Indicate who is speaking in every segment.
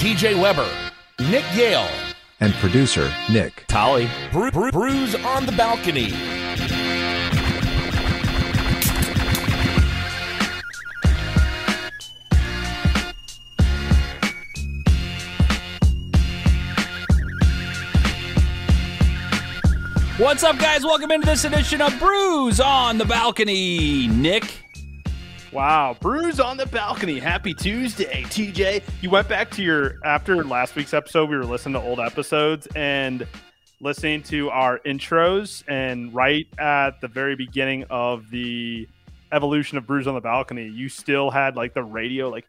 Speaker 1: TJ Weber, Nick Yale,
Speaker 2: and producer Nick
Speaker 1: Tolly, Bru- Bru- Brews on the Balcony.
Speaker 3: What's up, guys? Welcome into this edition of Brews on the Balcony. Nick,
Speaker 4: Wow, Brews on the balcony. Happy Tuesday, TJ. You went back to your after last week's episode. We were listening to old episodes and listening to our intros. And right at the very beginning of the evolution of Brews on the balcony, you still had like the radio, like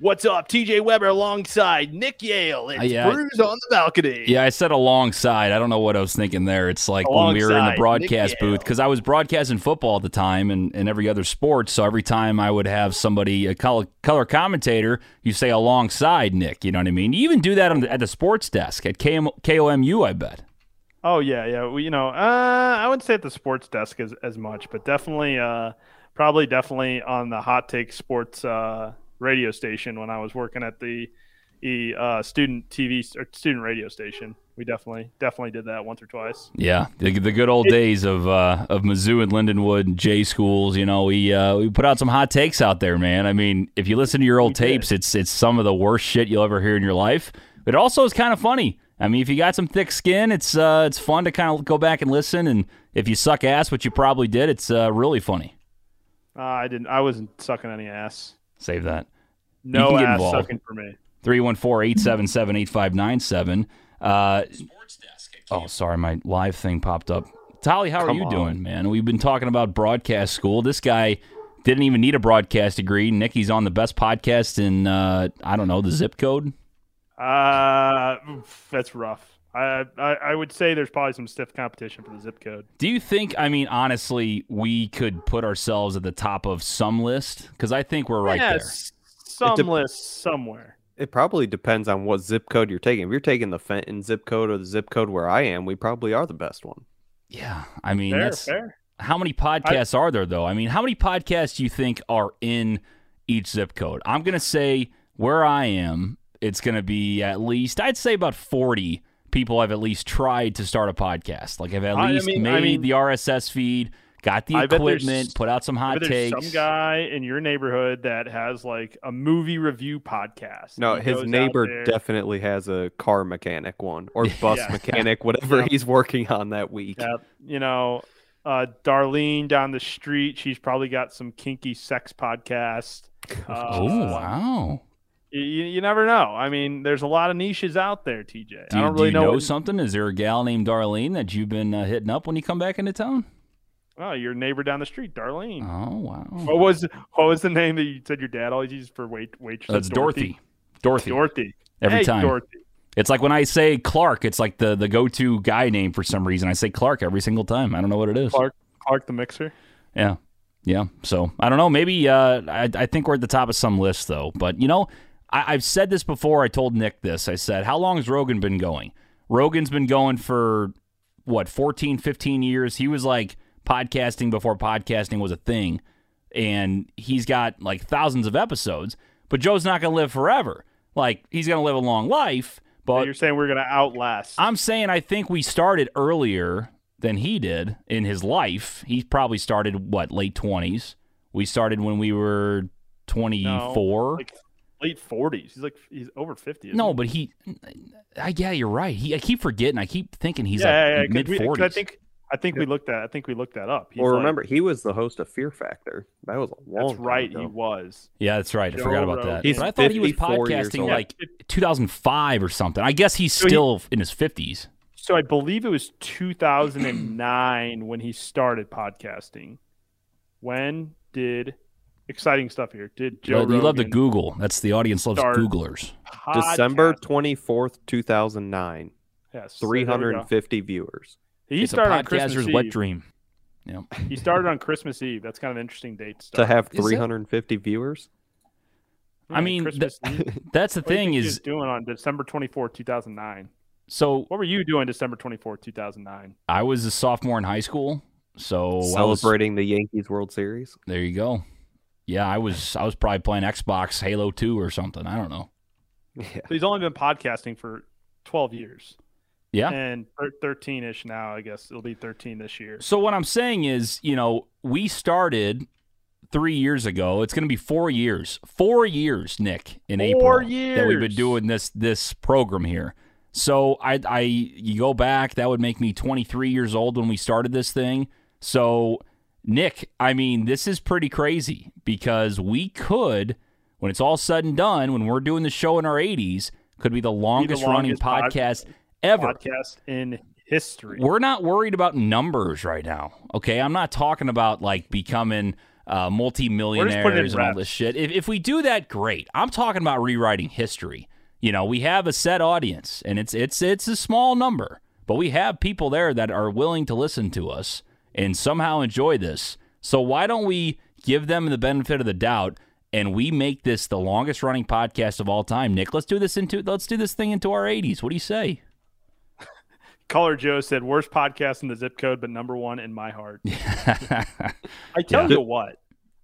Speaker 4: "What's up, TJ Weber?" alongside Nick Yale. It's
Speaker 3: Uh, yeah.
Speaker 4: Brews on the balcony.
Speaker 3: yeah, I said alongside. I don't know what I was thinking there. It's like when we were in
Speaker 4: Alongside
Speaker 3: the
Speaker 4: Nick
Speaker 3: broadcast
Speaker 4: Yale.
Speaker 3: booth because I was broadcasting football at the time and, and every other sport. So every time I would have somebody, a color, color commentator, you say alongside Nick. You know what I mean? You even do that on the, at the sports desk at KM, KOMU, I bet.
Speaker 4: Oh yeah, yeah. We, you know, uh, I wouldn't say at the sports desk as, as much, but definitely, uh, probably definitely on the hot take sports uh, radio station when I was working at the, the uh, student TV s- or student radio station. We definitely definitely did that once or twice.
Speaker 3: Yeah, the, the good old days of uh, of Mizzou and Lindenwood and J schools. You know, we uh, we put out some hot takes out there, man. I mean, if you listen to your old tapes, it's it's some of the worst shit you'll ever hear in your life. But it also is kind of funny. I mean, if you got some thick skin, it's uh, it's fun to kind of go back and listen. And if you suck ass, which you probably did, it's uh, really funny.
Speaker 4: Uh, I didn't. I wasn't sucking any ass.
Speaker 3: Save that.
Speaker 4: No
Speaker 3: can get
Speaker 4: ass
Speaker 3: involved.
Speaker 4: sucking for me.
Speaker 3: 314-877-8597. Uh, oh, sorry, my live thing popped up. Tolly, how are you doing, man? We've been talking about broadcast school. This guy didn't even need a broadcast degree. Nicky's on the best podcast in, uh, I don't know, the zip code.
Speaker 4: Uh, oof, that's rough. I, I I would say there's probably some stiff competition for the zip code.
Speaker 3: Do you think, I mean, honestly, we could put ourselves at the top of some list? Because I think we're right there.
Speaker 4: yes, some
Speaker 5: It dep-
Speaker 4: list somewhere.
Speaker 5: It probably depends on what zip code you're taking. If you're taking the Fenton zip code or the zip code where I am, we probably are the best one.
Speaker 3: Yeah. I mean,
Speaker 4: Fair,
Speaker 3: that's,
Speaker 4: fair.
Speaker 3: How many podcasts are there though? I mean, how many podcasts do you think are in each zip code? I'm gonna say where I am, it's gonna be at least I'd say about 40 people have at least tried to start a podcast. Like have at
Speaker 4: I- I
Speaker 3: least
Speaker 4: mean-
Speaker 3: made
Speaker 4: I mean-
Speaker 3: the RSS feed, got the
Speaker 4: I bet there's-
Speaker 3: equipment, put out some hot
Speaker 4: But there's
Speaker 3: takes.
Speaker 4: some guy in your neighborhood that has like a movie review podcast.
Speaker 5: No,
Speaker 4: He
Speaker 5: his
Speaker 4: goes out
Speaker 5: neighbor
Speaker 4: there-
Speaker 5: definitely has a car mechanic one or bus
Speaker 4: Yeah.
Speaker 5: mechanic, whatever
Speaker 4: Yep.
Speaker 5: he's working on that week.
Speaker 4: Yep. you know, uh, Darlene down the street, she's probably got some kinky sex podcast. Uh,
Speaker 3: oh wow.
Speaker 4: You, you never know. I mean, there's a lot of niches out there, TJ.
Speaker 3: Do,
Speaker 4: I
Speaker 3: you-
Speaker 4: don't
Speaker 3: do
Speaker 4: really
Speaker 3: you know,
Speaker 4: what-
Speaker 3: something? Is there a gal named Darlene that you've been uh, hitting up when you come back into town?
Speaker 4: Oh, your neighbor down the street, Darlene.
Speaker 3: Oh wow.
Speaker 4: What was what was the name that you said your dad always used for wait waitress?
Speaker 3: That's Dorothy. Dorothy.
Speaker 4: Dorothy.
Speaker 3: Every
Speaker 4: Hey,
Speaker 3: time.
Speaker 4: Dorothy.
Speaker 3: It's like when I say Clark, it's like the, the go to guy name for some reason. I say Clark every single time. I don't know what it is.
Speaker 4: Clark Clark the mixer.
Speaker 3: Yeah. Yeah. So I don't know. Maybe uh, I, I think we're at the top of some list, though. But, you know, I, I've said this before. I told Nick this. I said, How long has Rogan been going? Rogan's been going for, what, 14, 15 years? He was like podcasting before podcasting was a thing. And he's got like thousands of episodes. But Joe's not going to live forever. Like, he's going to live a long life. But
Speaker 4: You're saying we're gonna outlast.
Speaker 3: I'm saying I think we started earlier than he did in his life. He probably started what late twenties. We started when we were twenty four. No,
Speaker 4: like late forties. He's like he's over fifty. isn't he?
Speaker 3: but he, I yeah, you're right. He, I keep forgetting. I keep thinking he's
Speaker 4: yeah, yeah, yeah,
Speaker 3: like
Speaker 4: 'cause
Speaker 3: mid
Speaker 4: we- 'cause
Speaker 3: forties.
Speaker 4: I think I think we looked that I think we looked that up. He's
Speaker 5: Well,
Speaker 4: like-
Speaker 5: remember, he was the host of Fear Factor. That was a long
Speaker 4: that's
Speaker 5: time
Speaker 4: right. He
Speaker 5: ago.
Speaker 4: was.
Speaker 3: yeah, that's right. I forgot
Speaker 4: Joe
Speaker 3: about that.
Speaker 5: He's
Speaker 3: But I thought he was
Speaker 5: 54 years
Speaker 3: podcasting
Speaker 5: old.
Speaker 3: like 2005 or something. I guess he's
Speaker 4: he-
Speaker 3: still in his fifties.
Speaker 4: So I believe it was 2009 when he started podcasting. When did exciting stuff here? Did Joe
Speaker 3: You love to
Speaker 4: Rogan
Speaker 3: Google. That's the audience loves
Speaker 4: Start-
Speaker 3: Googlers.
Speaker 4: podcast-
Speaker 5: December 24th, 2009.
Speaker 4: Yes, there we go.
Speaker 5: 350 viewers.
Speaker 4: He
Speaker 3: it's a
Speaker 4: started on
Speaker 3: podcaster's
Speaker 4: Christmas
Speaker 3: wet
Speaker 4: Eve.
Speaker 3: dream.
Speaker 4: He started on Christmas Eve. That's kind of an interesting date. To,
Speaker 5: To
Speaker 4: start.
Speaker 5: have
Speaker 3: Is it?
Speaker 5: 350 viewers?
Speaker 3: I mean, th-
Speaker 4: Christmas Eve. What
Speaker 3: That's the
Speaker 4: do you think
Speaker 3: thing
Speaker 4: he
Speaker 3: is,
Speaker 4: was doing on December 24, 2009.
Speaker 3: so
Speaker 4: What were you doing December 24, 2009?
Speaker 3: I was a sophomore in high school, so I was-
Speaker 5: Celebrating the Yankees World Series?
Speaker 3: there you go. Yeah, I was I was probably playing Xbox Halo Two or something. I don't know.
Speaker 5: Yeah.
Speaker 4: So he's only been podcasting for 12 years.
Speaker 3: Yeah.
Speaker 4: And 13 ish now, I guess. It'll be 13 this year.
Speaker 3: So what I'm saying is, you know, we started three years ago. It's going to be four years. Four years, Nick, in
Speaker 4: Four
Speaker 3: April that we've been
Speaker 4: years.
Speaker 3: doing this this program here. So I, I, you go back, that would make me 23 years old when we started this thing. So Nick, I mean, this is pretty crazy because we could, when it's all said and done, when we're doing the show in our 80s, could be the longest, running
Speaker 4: longest pod-
Speaker 3: podcast ever.
Speaker 4: Podcast in history.
Speaker 3: We're not worried about numbers right now. Okay, I'm not talking about like becoming uh, multimillionaires and all
Speaker 4: reps.
Speaker 3: this shit. If, if we do that, great. I'm talking about rewriting history. You know, we have a set audience, and it's it's it's a small number, but we have people there that are willing to listen to us and somehow enjoy this. So why don't we give them the benefit of the doubt? And we make this the longest running podcast of all time. Nick, let's do this into let's do this thing into our 80s. What do you say?
Speaker 4: Caller Joe said, worst podcast in the zip code, but number one in my heart. I tell you what.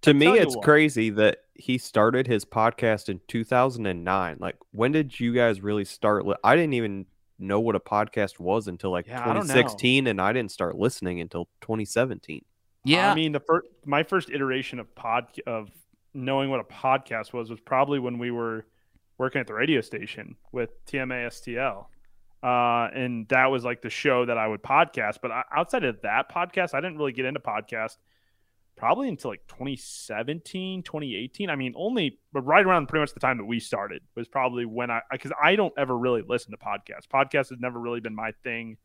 Speaker 5: To me,
Speaker 4: tell you
Speaker 5: it's
Speaker 4: what.
Speaker 5: crazy that he started his podcast in 2009. Like, when did you guys really start? Li- I didn't even know what a podcast was until like
Speaker 4: Yeah, I don't know.
Speaker 5: 2016, and I didn't start listening until 2017.
Speaker 4: I mean, the first my first iteration of pod of knowing what a podcast was was probably when we were working at the radio station with TMASTL, uh, and that was like the show that I would podcast. But I, outside of that podcast, I didn't really get into podcast probably until like 2017 2018 i mean only but right around pretty much the time that we started was probably when i because i don't ever really listen to podcasts podcasts has never really been my thing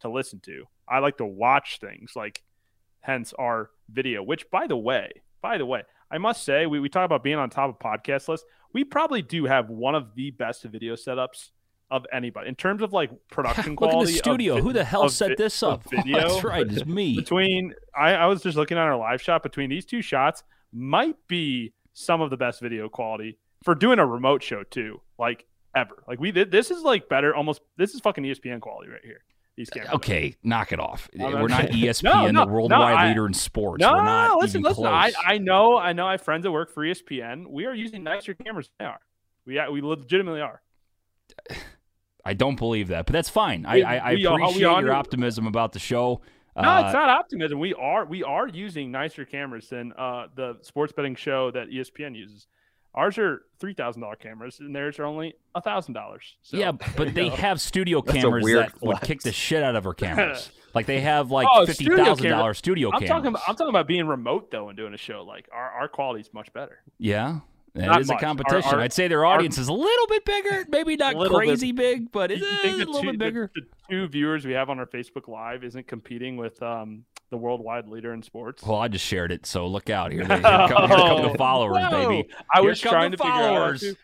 Speaker 4: to listen to i like to watch things like hence our video which by the way by the way i must say we, we talk about being on top of podcast lists we probably do have one of the best video setups of anybody in terms of like production
Speaker 3: Look at
Speaker 4: quality
Speaker 3: the
Speaker 4: of
Speaker 3: studio.
Speaker 4: vi-
Speaker 3: Who the hell
Speaker 4: of
Speaker 3: set
Speaker 4: vi-
Speaker 3: this
Speaker 4: of
Speaker 3: up? Oh,
Speaker 4: video
Speaker 3: That's right, it's me.
Speaker 4: between I, I was just looking at our live shot between these two shots might be some of the best video quality for doing a remote show too like ever like we did this is like better almost this is fucking E espn quality right here these cameras
Speaker 3: Okay, knock it off.
Speaker 4: No, Oh, no,
Speaker 3: We're not E ESPN,
Speaker 4: no,
Speaker 3: the
Speaker 4: no,
Speaker 3: worldwide
Speaker 4: I-
Speaker 3: leader in sports.
Speaker 4: no,
Speaker 3: We're
Speaker 4: no,
Speaker 3: not
Speaker 4: no, listen,
Speaker 3: even
Speaker 4: listen.
Speaker 3: close.
Speaker 4: I, I know, I know. I have friends that work for E ESPN. We are using nicer cameras than they are. We we legitimately are.
Speaker 3: I don't believe that, but that's fine.
Speaker 4: We-
Speaker 3: I, I, I
Speaker 4: we are- we
Speaker 3: appreciate
Speaker 4: are-
Speaker 3: your optimism about the show.
Speaker 4: No,
Speaker 3: Uh,
Speaker 4: it's not optimism. We are we are using nicer cameras than uh, the sports betting show that E ESPN uses. Ours are three thousand dollar cameras, and theirs are only thousand dollars. So,
Speaker 3: yeah,
Speaker 4: you
Speaker 3: but they
Speaker 4: know.
Speaker 3: have studio
Speaker 5: That's a
Speaker 3: cameras
Speaker 5: weird
Speaker 3: that would
Speaker 5: flex.
Speaker 3: kick the shit out of our cameras. like they have like
Speaker 4: Oh,
Speaker 3: fifty
Speaker 4: studio
Speaker 3: thousand dollar studio
Speaker 4: I'm
Speaker 3: cameras.
Speaker 4: talking. About, I'm talking about being remote though and doing a show. Like our our quality's much better.
Speaker 3: yeah, that
Speaker 4: Not
Speaker 3: is
Speaker 4: much.
Speaker 3: a
Speaker 4: Our-
Speaker 3: competition.
Speaker 4: our-
Speaker 3: I'd say their audience is a little bit bigger, maybe not
Speaker 4: Little bit-
Speaker 3: crazy big, but it's
Speaker 4: You- you
Speaker 3: eh,
Speaker 4: think
Speaker 3: a
Speaker 4: the
Speaker 3: little
Speaker 4: two,
Speaker 3: bit
Speaker 4: the-
Speaker 3: bigger.
Speaker 4: The, two viewers we have on our Facebook Live isn't competing with um, the worldwide leader in sports.
Speaker 3: Well, I just shared it, so look out here. They, here, come, here come the followers,
Speaker 4: No.
Speaker 3: baby.
Speaker 4: I
Speaker 3: Here
Speaker 4: was
Speaker 3: come
Speaker 4: trying
Speaker 3: the
Speaker 4: to figure out, how
Speaker 3: followers.
Speaker 4: to,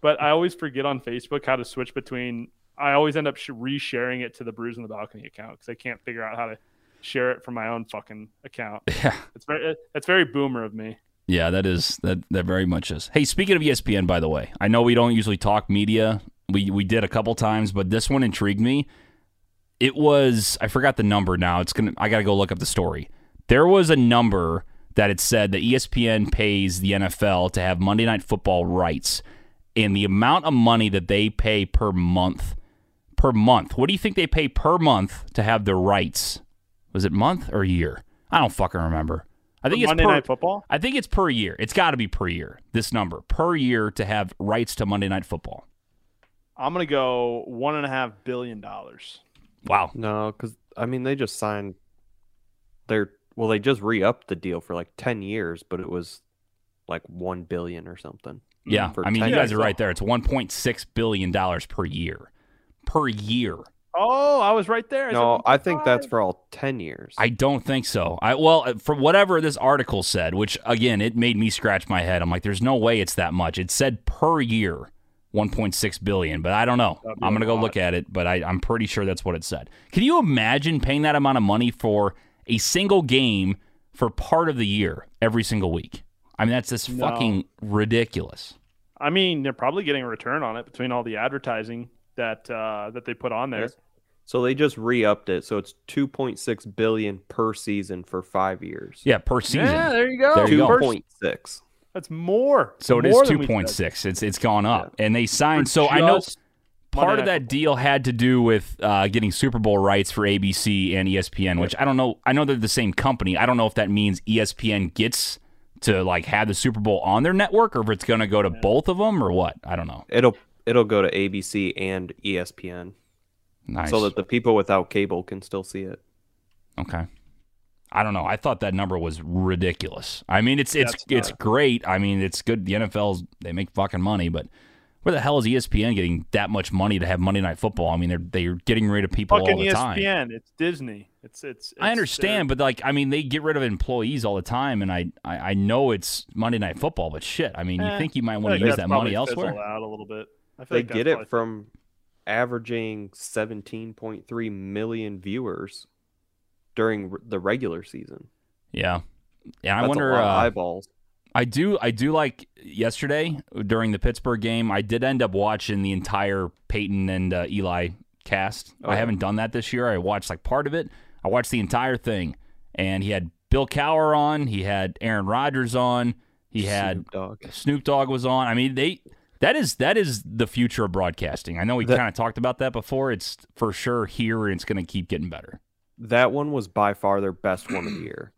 Speaker 4: but I always forget on Facebook how to switch between. I always end up sh- resharing it to the Brews in the Balcony account because I can't figure out how to share it from my own fucking account.
Speaker 3: Yeah.
Speaker 4: It's very that's very boomer of me.
Speaker 3: Yeah, that is that that very much is. Hey, speaking of E ESPN, by the way, I know we don't usually talk media. We we did a couple times, but this one intrigued me. It was I forgot the number now. It's gonna I gotta go look up the story. There was a number that it said that E ESPN pays the NFL to have Monday Night Football rights, and the amount of money that they pay per month, per month. What do you think they pay per month to have the rights? Was it month or year? I don't fucking remember. I think it's
Speaker 4: Monday
Speaker 3: per,
Speaker 4: Night Football.
Speaker 3: I think it's per year. It's got to be per year. This number per year to have rights to Monday Night Football.
Speaker 4: I'm gonna go one and a half billion dollars.
Speaker 3: Wow.
Speaker 5: No, because I mean, they just signed their well, they just re upped the deal for like 10 years, but it was like 1 billion or something.
Speaker 3: Yeah.
Speaker 5: Mm-hmm. For
Speaker 3: I mean, you
Speaker 5: 10
Speaker 3: guys are
Speaker 5: years.
Speaker 3: right there. It's 1.6 billion dollars per year. Per year.
Speaker 4: Oh, I was right there. I said
Speaker 5: No, I think that's
Speaker 4: 1.5.
Speaker 5: for all 10 years.
Speaker 3: I don't think so. I well, from whatever this article said, which again, it made me scratch my head. I'm like, there's no way it's that much. It said per year, 1.6 billion, but I don't know.
Speaker 4: That'd be
Speaker 3: I'm
Speaker 4: a
Speaker 3: gonna go
Speaker 4: lot.
Speaker 3: look at it, but I, I'm pretty sure that's what it said. Can you imagine paying that amount of money for a single game for part of the year every single week? I mean, that's just
Speaker 4: No.
Speaker 3: fucking ridiculous.
Speaker 4: I mean, they're probably getting a return on it between all the advertising that uh, that they put on there.
Speaker 5: Yes. So they just re upped it. So it's 2.6 billion per season for five years.
Speaker 3: Yeah, per season.
Speaker 4: there you go.
Speaker 3: There you go.
Speaker 5: 2.6.
Speaker 4: That's more.
Speaker 3: So it is
Speaker 4: More than we
Speaker 3: two point
Speaker 4: said.
Speaker 3: six. It's it's gone up, and they
Speaker 4: For
Speaker 3: signed. So I know
Speaker 4: just
Speaker 3: part
Speaker 4: Monday
Speaker 3: of
Speaker 4: Night
Speaker 3: that deal had to do with uh, getting Super Bowl rights for ABC and E ESPN, which I don't know. I know they're the same company. I don't know if that means E ESPN gets to like have the Super Bowl on their network, or if it's going to go to both of them, or what. I don't know.
Speaker 5: It'll it'll go to ABC and E ESPN
Speaker 3: Nice.
Speaker 5: so that the people without cable can still see it.
Speaker 3: okay. I don't know. I thought that number was ridiculous. I mean, it's it's
Speaker 4: That's not-
Speaker 3: it's great. I mean, it's good. The NFL's they make fucking money, but where the hell is E ESPN getting that much money to have Monday Night Football? I mean, they're they're getting rid of people
Speaker 4: fucking E
Speaker 3: all the time.
Speaker 4: ESPN. It's Disney. It's it's. uh,
Speaker 3: I understand, but like, I mean, they get rid of employees all the time, and I, I, I know it's Monday Night Football, but shit, I mean, you
Speaker 4: Eh,
Speaker 3: think you might want to use that money elsewhere?
Speaker 4: Out a little bit. I feel
Speaker 5: They
Speaker 4: like that's
Speaker 5: get it
Speaker 4: probably-
Speaker 5: from averaging 17.3 million viewers during r- the regular season.
Speaker 3: Yeah, yeah. I
Speaker 5: That's a
Speaker 3: wonder.
Speaker 5: lot of
Speaker 3: Uh,
Speaker 5: eyeballs.
Speaker 3: I do, I do like yesterday during the Pittsburgh game. I did end up watching the entire Peyton and uh, Eli cast.
Speaker 5: Oh,
Speaker 3: I
Speaker 5: yeah.
Speaker 3: haven't done that this year. I watched like part of it. I watched the entire thing, and he had Bill Cower on. He had Aaron Rodgers on. He had
Speaker 5: Snoop Dogg.
Speaker 3: Snoop Dogg was on. I mean, they that is that is the future of broadcasting. I know we
Speaker 5: That-
Speaker 3: kind of talked about that before. It's for sure here, and it's going to keep getting better.
Speaker 5: That one was by far their best one of the year.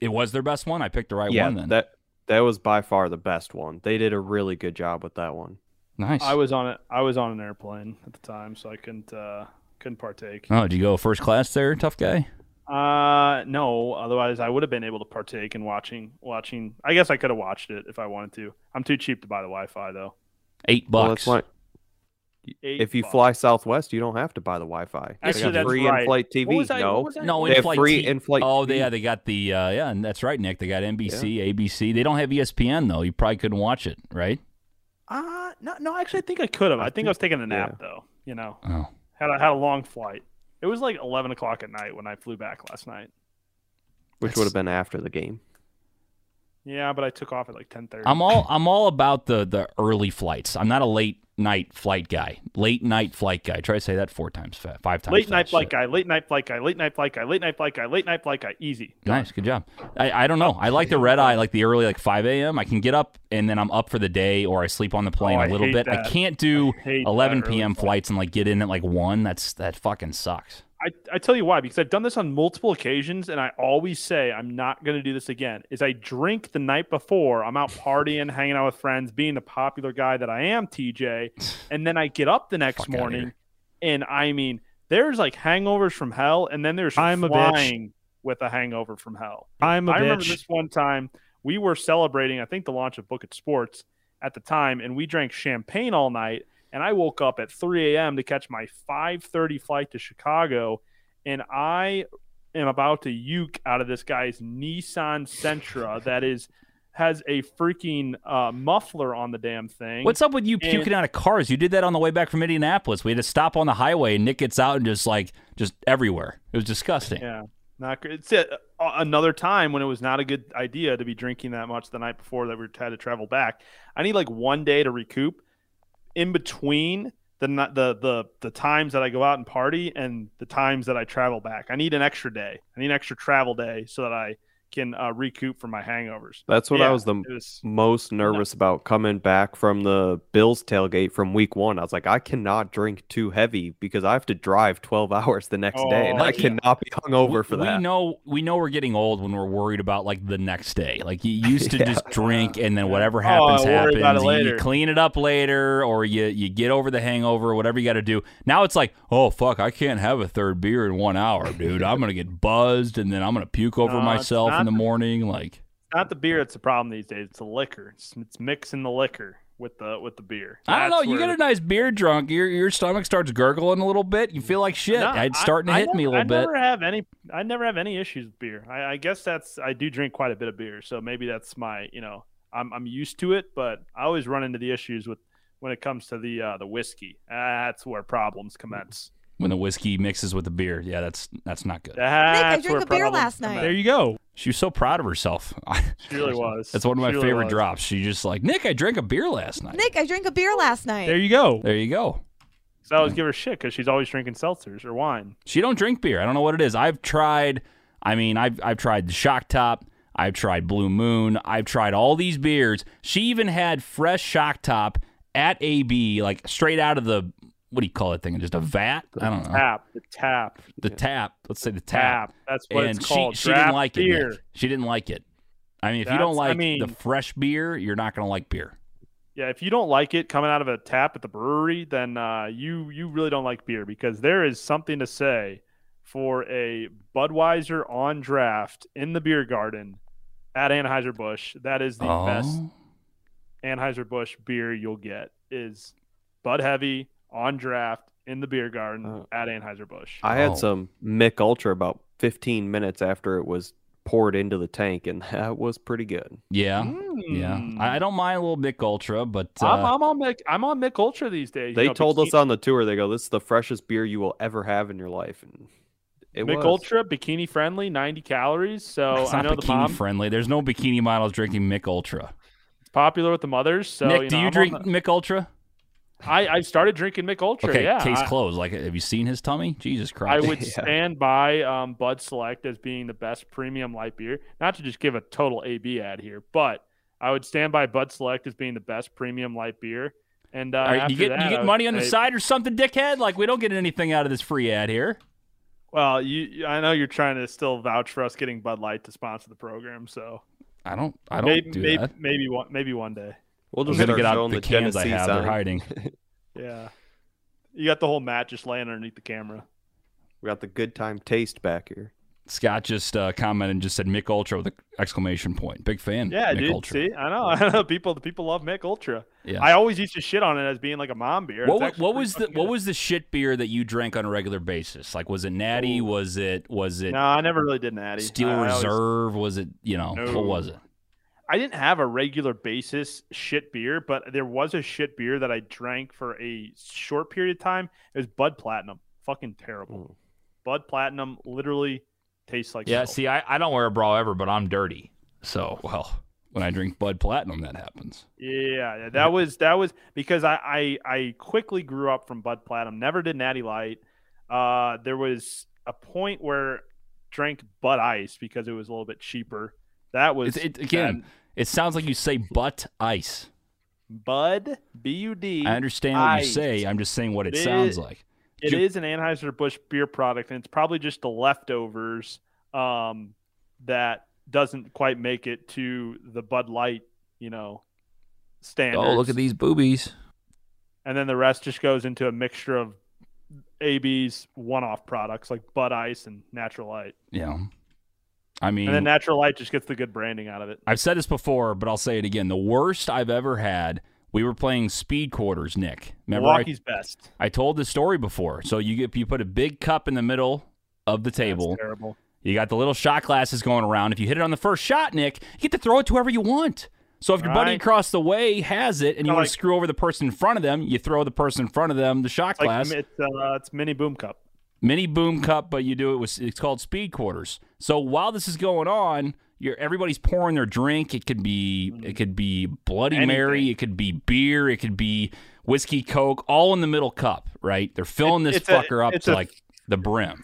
Speaker 3: It was their best one. I picked the right
Speaker 5: yeah,
Speaker 3: one then.
Speaker 5: that that was by far the best one. They did a really good job with that one.
Speaker 3: nice.
Speaker 4: I was on it. I was on an airplane at the time, so I couldn't uh couldn't partake.
Speaker 3: oh, did you go first class there, tough guy?
Speaker 4: Uh, no. Otherwise, I would have been able to partake in watching watching. I guess I could have watched it if I wanted to. I'm too cheap to buy the Wi-Fi though.
Speaker 3: Eight
Speaker 5: Well,
Speaker 3: bucks.
Speaker 5: that's why-
Speaker 4: Eight
Speaker 5: if you
Speaker 4: bucks.
Speaker 5: fly Southwest, you don't have to buy the Wi-Fi.
Speaker 3: Actually,
Speaker 5: they got
Speaker 4: that's
Speaker 5: free
Speaker 4: right.
Speaker 5: in-flight TV.
Speaker 4: What was I-
Speaker 5: no,
Speaker 4: what was I-
Speaker 3: no,
Speaker 5: they have
Speaker 3: in-flight
Speaker 5: free
Speaker 3: T-
Speaker 5: in-flight.
Speaker 3: Oh,
Speaker 5: TV.
Speaker 3: yeah, they got the uh, yeah, and that's right, Nick. They got NBC, ABC. They don't have E ESPN though. You probably couldn't watch it, right?
Speaker 4: Uh, no, no. Actually, I think I could have. I, think I was taking a nap though. You know,
Speaker 3: Oh,
Speaker 4: had a, had a long flight. It was like 11 o'clock at night when I flew back last night.
Speaker 5: which would have been after the game.
Speaker 4: Yeah, but I took off at like 10:30.
Speaker 3: I'm all I'm all about the the early flights. I'm not a late night flight guy. Late night flight guy. Try to say that four times, fa- five times.
Speaker 4: late
Speaker 3: fast.
Speaker 4: night flight
Speaker 3: Shit.
Speaker 4: guy, late night flight guy, late night flight guy, late night flight guy, late night flight guy. Easy.
Speaker 3: Nice, good job. I, I don't know. I like the red eye, like the early, like five a.m. I can get up and then I'm up for the day, or I sleep on the plane
Speaker 4: Oh, I
Speaker 3: a little
Speaker 4: hate
Speaker 3: bit. I
Speaker 4: that.
Speaker 3: can't do
Speaker 4: I hate that
Speaker 3: eleven
Speaker 4: early
Speaker 3: p.m.
Speaker 4: flight.
Speaker 3: flights and like get in at like one. That's that fucking sucks.
Speaker 4: I, I tell you why because I've done this on multiple occasions and I always say I'm not going to do this again. Is I drink the night before I'm out partying, hanging out with friends, being the popular guy that I am, TJ, and then I get up the next
Speaker 3: Fuck outta
Speaker 4: morning,
Speaker 3: here.
Speaker 4: and I mean there's like hangovers from hell, and then there's
Speaker 6: I'm a bitch.
Speaker 4: flying with a hangover from hell.
Speaker 6: I'm a
Speaker 4: I remember
Speaker 6: bitch.
Speaker 4: this one time we were celebrating, I think, the launch of Book It Sports at the time, and we drank champagne all night. And I woke up at 3 a.m. to catch my 5:30 flight to Chicago, and I am about to uke out of this guy's Nissan Sentra that is has a freaking uh, muffler on the damn thing.
Speaker 3: What's up with you
Speaker 4: And-
Speaker 3: puking out of cars? You did that on the way back from Indianapolis. We had to stop on the highway, and Nick gets out and just like just everywhere. It was disgusting.
Speaker 4: Yeah, not good. It's a, a- another time when it was not a good idea to be drinking that much the night before that we had to travel back. I need like one day to recoup in between the ni- the the the times that I go out and party and the times that I travel back. I need an extra day. I need an extra travel day so that I can uh, recoup from my hangovers.
Speaker 5: That's what
Speaker 4: Yeah,
Speaker 5: I was the
Speaker 4: It was
Speaker 5: most nervous about coming back from the Bills tailgate from week one. I was like, I cannot drink too heavy because I have to drive 12 hours the next day, and
Speaker 4: Oh,
Speaker 5: I
Speaker 4: like,
Speaker 5: cannot be hungover
Speaker 3: we,
Speaker 5: for
Speaker 3: we
Speaker 5: that.
Speaker 3: know we know we're getting old when we're worried about like the next day. Like you used to just drink and then whatever
Speaker 4: Oh, I'll
Speaker 3: happens happens.
Speaker 4: worry about it
Speaker 3: You- You,
Speaker 4: later.
Speaker 3: clean it up later or you you get over the hangover or whatever you got to do. Now it's like, "Oh fuck, I can't have a third beer in 1 hour, dude. I'm going to get buzzed and then I'm going to puke over
Speaker 4: No, it's
Speaker 3: myself in
Speaker 4: not
Speaker 3: the morning like
Speaker 4: not the beer. It's the problem these days. It's the liquor. It's, it's mixing the liquor with the with the beer.
Speaker 3: I don't know.
Speaker 4: That's
Speaker 3: You
Speaker 4: where-
Speaker 3: get a nice beer drunk, your your stomach starts gurgling a little bit. You feel like shit.
Speaker 4: No,
Speaker 3: it's starting to
Speaker 4: I- I
Speaker 3: hit me a
Speaker 4: never-
Speaker 3: little bit.
Speaker 4: I never have any. I never have any issues with beer. I, I guess that's. I do drink quite a bit of beer, so maybe that's my. You know, I'm I'm used to it, but I always run into the issues with when it comes to the uh, the whiskey. That's where problems commence.
Speaker 3: when the whiskey mixes with the beer. Yeah, that's that's not good.
Speaker 4: That's
Speaker 7: drank
Speaker 4: where
Speaker 7: a beer
Speaker 4: problems
Speaker 7: last night.
Speaker 6: There
Speaker 4: commence.
Speaker 6: you go.
Speaker 3: She was so proud of herself.
Speaker 4: She really was.
Speaker 3: That's one of my
Speaker 4: She really
Speaker 3: favorite
Speaker 4: was.
Speaker 3: drops. She just like, Nick, I drank a beer last night.
Speaker 7: Nick, I drank a beer last night.
Speaker 6: There you go.
Speaker 3: There you go.
Speaker 4: So I always give her shit because she's always drinking seltzers or wine.
Speaker 3: She don't drink beer. I don't know what it is. I've tried. I mean, I've I've tried the shock top. I've tried Blue Moon. I've tried all these beers. She even had fresh shock top at AB, like straight out of the what do you call that thing? Just a vat? I don't know.
Speaker 4: Tap the tap
Speaker 3: The tap. Let's say the Uh-huh. tap.
Speaker 4: tap. That's what
Speaker 3: and
Speaker 4: it's called.
Speaker 3: she, she didn't
Speaker 4: Draft
Speaker 3: like
Speaker 4: beer.
Speaker 3: it. Nick. She didn't like it. I mean, if you don't
Speaker 4: That's- I
Speaker 3: like the
Speaker 4: mean-
Speaker 3: fresh beer, you're not going to like beer.
Speaker 4: Yeah, if you don't like it coming out of a tap at the brewery, then uh, you you really don't like beer because there is something to say for a Budweiser on draft in the beer garden at Anheuser Busch. That is the best
Speaker 3: Oh,
Speaker 4: Anheuser Busch beer you'll get is Bud Heavy on draft in the beer garden
Speaker 5: Oh.
Speaker 4: at Anheuser Busch.
Speaker 5: I
Speaker 3: Oh.
Speaker 5: had some Mick Ultra about 15 minutes after it was poured into the tank, and that was pretty good.
Speaker 3: yeah, yeah. I, I don't mind a little Mick Ultra, but uh,
Speaker 4: am Hmm. Mm. I'm on Mick. I'm on Mick Ultra these days.
Speaker 5: They
Speaker 4: you know,
Speaker 5: told
Speaker 4: Bikini-
Speaker 5: us on the tour, they go, "This is the freshest beer you will ever have in your life." And it
Speaker 4: Mick
Speaker 5: was.
Speaker 4: Ultra bikini friendly, 90 calories. So
Speaker 3: it's
Speaker 4: I
Speaker 3: not
Speaker 4: know the
Speaker 3: bikini
Speaker 4: mom
Speaker 3: friendly. There's no bikini models drinking Mick Ultra.
Speaker 4: it's popular with the mothers. So
Speaker 3: Nick,
Speaker 4: you
Speaker 3: do
Speaker 4: know,
Speaker 3: you
Speaker 4: I'm on
Speaker 3: drink
Speaker 4: the-
Speaker 3: Mick Ultra?
Speaker 4: I, I started drinking Mick Ultra.
Speaker 3: okay,
Speaker 4: yeah,
Speaker 3: case
Speaker 4: I,
Speaker 3: closed. Like, have you seen his tummy? Jesus
Speaker 4: I
Speaker 3: Christ!
Speaker 4: would uh,
Speaker 5: Yeah.
Speaker 4: stand by um, Bud Select as being the best premium light beer. Not to just give a total AB ad here, but I would stand by Bud Select as being the best premium light beer. And uh,
Speaker 3: All right,
Speaker 4: after
Speaker 3: you get
Speaker 4: that,
Speaker 3: you
Speaker 4: I
Speaker 3: get
Speaker 4: would
Speaker 3: money on the
Speaker 4: say-
Speaker 3: side or something, dickhead. Like, we don't get anything out of this free ad here.
Speaker 4: Well, you I know you're trying to still vouch for us getting Bud Light to sponsor the program, so
Speaker 3: I don't. I don't
Speaker 4: maybe
Speaker 3: do
Speaker 4: maybe,
Speaker 3: that.
Speaker 4: maybe one maybe one day.
Speaker 5: We'll
Speaker 3: I'm
Speaker 5: just
Speaker 3: gonna
Speaker 5: start
Speaker 3: get out
Speaker 5: showing
Speaker 3: the cans I
Speaker 5: Genesee
Speaker 3: have. They're
Speaker 5: sign.
Speaker 3: hiding.
Speaker 4: Yeah, you got the whole mat just laying underneath the camera.
Speaker 5: We got the good time taste back here.
Speaker 3: Scott just uh, commented and just said Mick Ultra with an exclamation point. Big fan.
Speaker 4: Yeah,
Speaker 3: Mick
Speaker 4: dude.
Speaker 3: Ultra.
Speaker 4: See, I know, I know. People, the people love Mick Ultra.
Speaker 3: Yeah.
Speaker 4: I always used to shit on it as being like a mom beer.
Speaker 3: What,
Speaker 4: It's
Speaker 3: wa-
Speaker 4: actually
Speaker 3: what
Speaker 4: pretty
Speaker 3: was the
Speaker 4: fucking
Speaker 3: what
Speaker 4: good.
Speaker 3: was the shit beer that you drank on a regular basis? Like, was it Natty? Was it was it
Speaker 4: No, I never really did natty.
Speaker 3: Steel
Speaker 4: I always-
Speaker 3: Reserve? Was it you know
Speaker 4: No.
Speaker 3: what was it?
Speaker 4: I didn't have a regular basis shit beer, but there was a shit beer that I drank for a short period of time. It was Bud Platinum. Fucking
Speaker 3: Mm.
Speaker 4: terrible.
Speaker 5: Oh,
Speaker 4: Bud Platinum literally tastes like
Speaker 3: Yeah.
Speaker 4: soap.
Speaker 3: See, I, I don't wear a bra ever, but I'm dirty. So well, when I drink Bud Platinum, that happens.
Speaker 4: Yeah, yeah, that was that was because I, I I quickly grew up from Bud Platinum. Never did Natty Light. Uh, there was a point where drank Bud Ice because it was a little bit cheaper. That was
Speaker 3: It's, it, again, it sounds like you say butt ice.
Speaker 4: bad. Bud B U D.
Speaker 3: I understand what you
Speaker 4: Ice.
Speaker 3: say. I'm just saying what it
Speaker 4: It
Speaker 3: sounds
Speaker 4: is-
Speaker 3: like.
Speaker 4: It
Speaker 3: Ju-
Speaker 4: is an Anheuser Busch beer product, and it's probably just the leftovers um, that doesn't quite make it to the Bud Light, you know, standards.
Speaker 3: Oh, look at these boobies.
Speaker 4: and then the rest just goes into a mixture of AB's one-off products like Bud Ice and Natural Light,
Speaker 3: Yeah. I mean,
Speaker 4: and then Natural Light just gets the good branding out of it.
Speaker 3: I've said this before, but I'll say it again. The worst I've ever had, we were playing speed quarters, Nick. Remember, I,
Speaker 4: Milwaukee's best.
Speaker 3: I told this story before. So you get you put a big cup in the middle of the table.
Speaker 4: That's terrible.
Speaker 3: You got the little shot glasses going around. If you hit it on the first shot, Nick, you get to throw it to whoever you want. So if your buddy
Speaker 4: Right.
Speaker 3: across the way has it and you
Speaker 4: Kinda
Speaker 3: want
Speaker 4: like-
Speaker 3: to screw over the person in front of them, you throw the person in front of them the shot
Speaker 4: It's like
Speaker 3: glass.
Speaker 4: it's uh, it's mini boom cup.
Speaker 3: mini boom cup, but you do it with it's called speed quarters. So while this is going on, you're everybody's pouring their drink. It could be it could be Bloody Mary,
Speaker 4: Anything.
Speaker 3: it could be beer, it could be whiskey Coke, all in the middle cup, right? They're filling
Speaker 4: It-
Speaker 3: this
Speaker 4: it's a-
Speaker 3: fucker up
Speaker 4: it's
Speaker 3: to
Speaker 4: a-
Speaker 3: like the brim.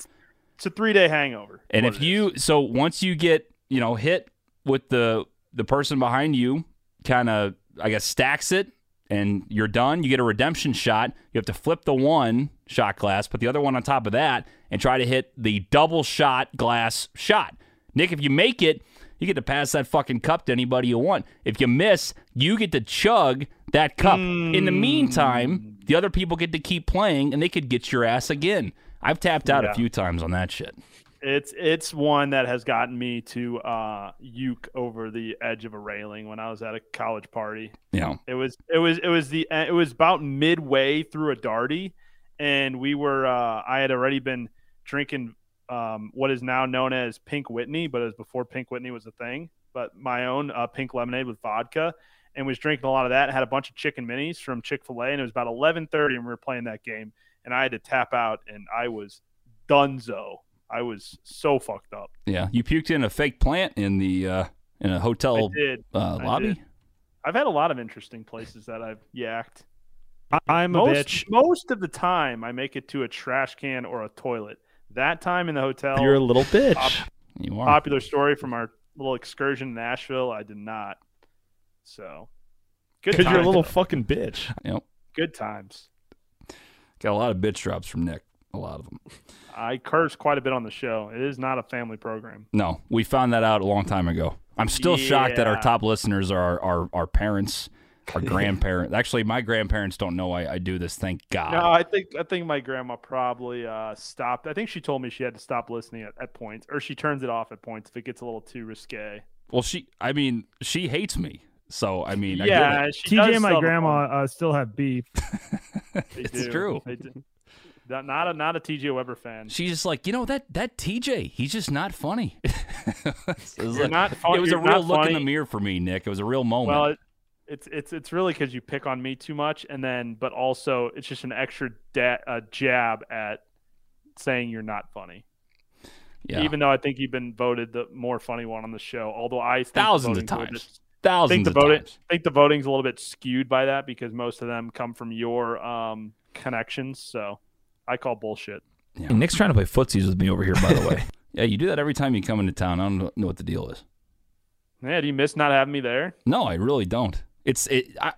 Speaker 4: It's a three-day hangover.
Speaker 3: And
Speaker 4: what
Speaker 3: if
Speaker 4: it is.
Speaker 3: you so once you get you know hit with the the person behind you, kind of I guess stacks it, and you're done. You get a redemption shot. You have to flip the one shot glass, put the other one on top of that, and try to hit the double shot glass shot. Nick, if you make it, you get to pass that fucking cup to anybody you want. If you miss, you get to chug that cup. In the meantime,
Speaker 4: Hmm.
Speaker 3: the other people get to keep playing, and they could get your ass again. I've tapped out a
Speaker 4: Yeah.
Speaker 3: few times on that shit.
Speaker 4: It's it's one that has gotten me to uh uke over the edge of a railing when I was at a college party.
Speaker 3: You know.
Speaker 4: It was it was it was the it was about midway through a darty and we were uh I had already been drinking um what is now known as Pink Whitney, but it was before Pink Whitney was a thing, but my own uh, pink lemonade with vodka and was drinking a lot of that and had a bunch of chicken minis from Chick-fil-A and it was about 11:30 and we were playing that game and I had to tap out and I was dunzo. I was so fucked up.
Speaker 3: Yeah, you puked in a fake plant in the uh, in a hotel
Speaker 4: I did.
Speaker 3: uh,
Speaker 4: I
Speaker 3: lobby.
Speaker 4: did. I've had a lot of interesting places that I've yacked.
Speaker 6: I'm
Speaker 4: most,
Speaker 6: a bitch.
Speaker 4: Most of the time, I make it to a trash can or a toilet. That time in the hotel,
Speaker 6: You're a little bitch.
Speaker 4: Pop-
Speaker 3: You are.
Speaker 4: popular story from our little excursion to Nashville. I did not. So good
Speaker 6: Because you're a
Speaker 4: times.
Speaker 6: little fucking bitch.
Speaker 3: Yep.
Speaker 4: good times.
Speaker 3: Got a lot of bitch drops from Nick. A lot of them.
Speaker 4: I curse quite a bit on the show. It is not a family program.
Speaker 3: No, we found that out a long time ago. I'm still shocked that our
Speaker 4: Yeah.
Speaker 3: top listeners are our, our, our parents, our grandparents. Actually, my grandparents don't know I, I do this. Thank
Speaker 6: Ah.
Speaker 3: God.
Speaker 4: No, I think I think my grandma probably uh, stopped. I think she told me she had to stop listening at, at points, or she turns it off at points if it gets a little too risque.
Speaker 3: Well, she. I mean, she hates me. So I mean, I get
Speaker 4: yeah,
Speaker 3: it.
Speaker 4: she does
Speaker 7: TJ and
Speaker 4: still have
Speaker 7: my
Speaker 4: a
Speaker 7: grandma
Speaker 4: phone.
Speaker 7: uh, still have beef.
Speaker 4: They
Speaker 3: it's
Speaker 4: do.
Speaker 3: true.
Speaker 4: They do. Not not a not a TJ Weber fan.
Speaker 3: She's just like, you know that that TJ. He's just not funny. it was,
Speaker 4: You're
Speaker 3: like-
Speaker 4: not fun-
Speaker 3: it was a
Speaker 4: you're not
Speaker 3: real look in the
Speaker 4: funny.
Speaker 3: mirror for me, Nick. It was a real moment.
Speaker 4: Well, it, it's it's it's really because you pick on me too much, and then but also it's just an extra da- uh, jab at saying you're not funny.
Speaker 3: yeah,
Speaker 4: Even though I think you've been voted the more funny one on the show, although I think the
Speaker 3: Thousands of
Speaker 4: voting's a little
Speaker 3: times.
Speaker 4: bit-
Speaker 3: thousands
Speaker 4: think the
Speaker 3: of
Speaker 4: voting
Speaker 3: times.
Speaker 4: think the voting's a little bit skewed by that because most of them come from your um, connections. So I call bullshit.
Speaker 6: Hey, Nick's trying to play footsies with me over here, by the way.
Speaker 3: Yeah, you do that every time you come into town. I don't know what the deal is.
Speaker 4: Yeah, do you miss not having me there?
Speaker 3: No, I really don't. It's it. I,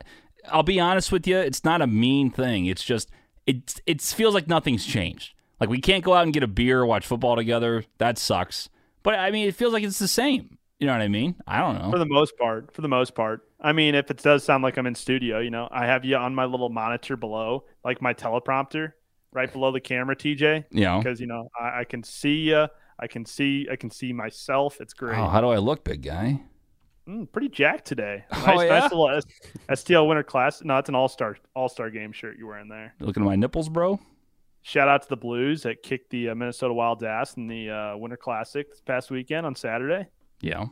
Speaker 3: I'll be honest with you. It's not a mean thing. It's just it. It feels like nothing's changed. Like we can't go out and get a beer, watch football together. That sucks. But I mean, it feels like it's the same. You know what I mean? I don't know.
Speaker 4: For the most part, for the most part. I mean, if it does sound like I'm in studio, you know, I have you on my little monitor below, like my teleprompter, right below the camera, TJ,
Speaker 3: you know.
Speaker 4: because you know I, I can see you. I can see. I can see myself. It's great.
Speaker 3: Oh, how do I look, big guy?
Speaker 4: Mm, pretty jacked today.
Speaker 3: Oh,
Speaker 4: Nice, nice
Speaker 3: yeah?
Speaker 4: little S- STL Winter Class. No, it's an All Star All Star Game shirt you're wearing there.
Speaker 3: You Looking at my nipples, bro.
Speaker 4: Shout out to the Blues that kicked the uh, Minnesota Wild ass in the uh, Winter Classic this past weekend on Saturday.
Speaker 3: Yeah.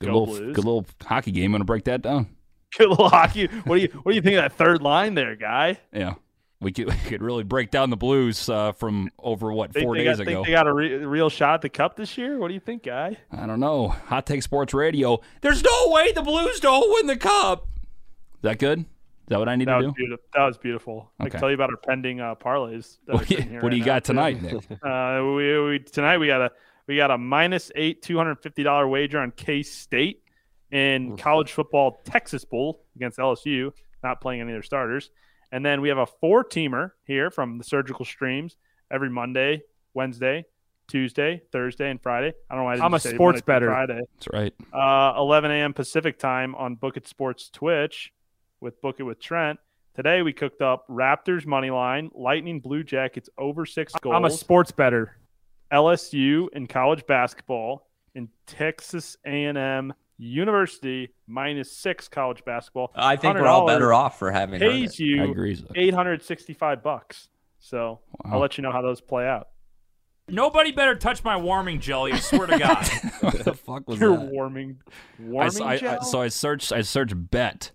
Speaker 3: Good
Speaker 4: Go
Speaker 3: little,
Speaker 4: Blues.
Speaker 3: good little hockey game. I'm gonna break that down.
Speaker 4: Good little hockey. What do you What do you think of that third line there, guy?
Speaker 3: Yeah. We could, we could really break down the Blues uh, from over what
Speaker 4: Think
Speaker 3: four
Speaker 4: they
Speaker 3: days
Speaker 4: got,
Speaker 3: ago.
Speaker 4: Think they got a re- real shot at the cup this year. What do you think, guy?
Speaker 3: I don't know. Hot Take Sports Radio. There's no way the Blues don't win the cup. Is that good? Is that what I need
Speaker 4: That
Speaker 3: to
Speaker 4: was
Speaker 3: do?
Speaker 4: beautiful. That was beautiful. I
Speaker 3: Okay.
Speaker 4: can tell you about our pending uh, parlays. that are
Speaker 3: What, do you-
Speaker 4: sitting here
Speaker 3: what
Speaker 4: right
Speaker 3: do you
Speaker 4: now,
Speaker 3: got
Speaker 4: too.
Speaker 3: tonight, Nick?
Speaker 4: Uh, we, we tonight we got a we got a minus eight two hundred fifty dollar wager on K State in
Speaker 7: Mm.
Speaker 4: college football Texas Bowl against LSU, not playing any of their starters. And then we have a four teamer here from the Surgical Streams every Monday, Wednesday, Tuesday, Thursday, and Friday. I don't know why I didn't
Speaker 7: I'm a
Speaker 4: say
Speaker 7: sports
Speaker 4: Monday through
Speaker 7: bettor.
Speaker 4: Friday
Speaker 3: That's right.
Speaker 4: uh, 11 a.m. Pacific time on Book It Sports Twitch with Book It with Trent. Today we cooked up Raptors money line, Lightning Blue Jackets over six goals,
Speaker 7: I'm a sports better.
Speaker 4: LSU in college basketball, and Texas A&M University minus six college basketball.
Speaker 8: I think we're all
Speaker 4: $100
Speaker 8: better off for having heard
Speaker 4: Pays
Speaker 8: it.
Speaker 3: I
Speaker 4: you
Speaker 3: agree. Zach.
Speaker 4: 865 bucks. So I'll
Speaker 3: Wow.
Speaker 4: let you know how those play out.
Speaker 6: Nobody better touch my warming jelly. I swear to God.
Speaker 3: what the fuck was
Speaker 4: You're
Speaker 3: that?
Speaker 4: warming,
Speaker 3: I
Speaker 4: warming.
Speaker 3: s- I- I-
Speaker 4: gel?
Speaker 3: so I searched. I searched bet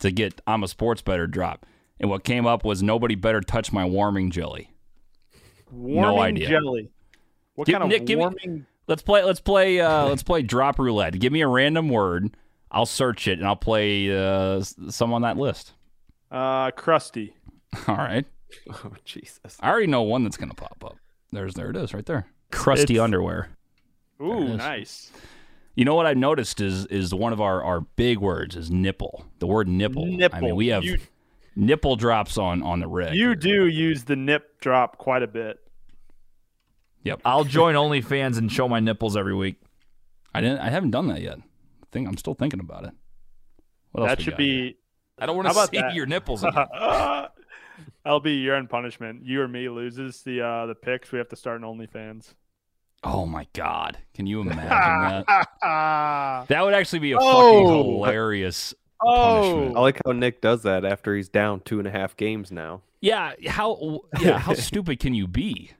Speaker 3: to get I'm a sports better drop, and what came up was nobody better touch my warming jelly.
Speaker 4: warming
Speaker 3: idea.
Speaker 4: jelly. What
Speaker 3: Give-
Speaker 4: kind of
Speaker 3: Nick, give me-
Speaker 4: warming
Speaker 3: Let's play. Let's play. Uh, let's play drop roulette. Give me a random word. I'll search it and I'll play uh, s- some on that list.
Speaker 4: Uh, crusty.
Speaker 3: All right.
Speaker 5: Oh Jesus!
Speaker 3: I already know one that's gonna pop up. There's there it is right there. Crusty
Speaker 4: It's-
Speaker 3: underwear. it
Speaker 4: Ooh,
Speaker 3: is.
Speaker 4: nice.
Speaker 3: You know what I've noticed is is one of our, our big words is nipple. The word nipple. I mean we have
Speaker 4: you,
Speaker 3: nipple drops on on the rig.
Speaker 4: you do use the nip drop quite a bit.
Speaker 3: Yep.
Speaker 6: I'll join OnlyFans and show my nipples every week.
Speaker 3: I didn't. I haven't done that yet. I think I'm still thinking about it. What else
Speaker 4: that
Speaker 3: we
Speaker 4: should
Speaker 3: got?
Speaker 4: be.
Speaker 6: I don't
Speaker 4: How
Speaker 6: want to
Speaker 4: about
Speaker 6: see
Speaker 4: that?
Speaker 6: your nipples. again.
Speaker 4: LB, you're in punishment. You or me loses the uh, the picks. We have to start an OnlyFans.
Speaker 3: Oh my god! Can you imagine that?
Speaker 4: Ah,
Speaker 3: That would actually be a
Speaker 4: Oh.
Speaker 3: fucking hilarious.
Speaker 5: I
Speaker 3: punishment.
Speaker 4: oh,
Speaker 5: like how Nick does that after he's down two and a half games now.
Speaker 3: Yeah. How? Yeah. How stupid can you be?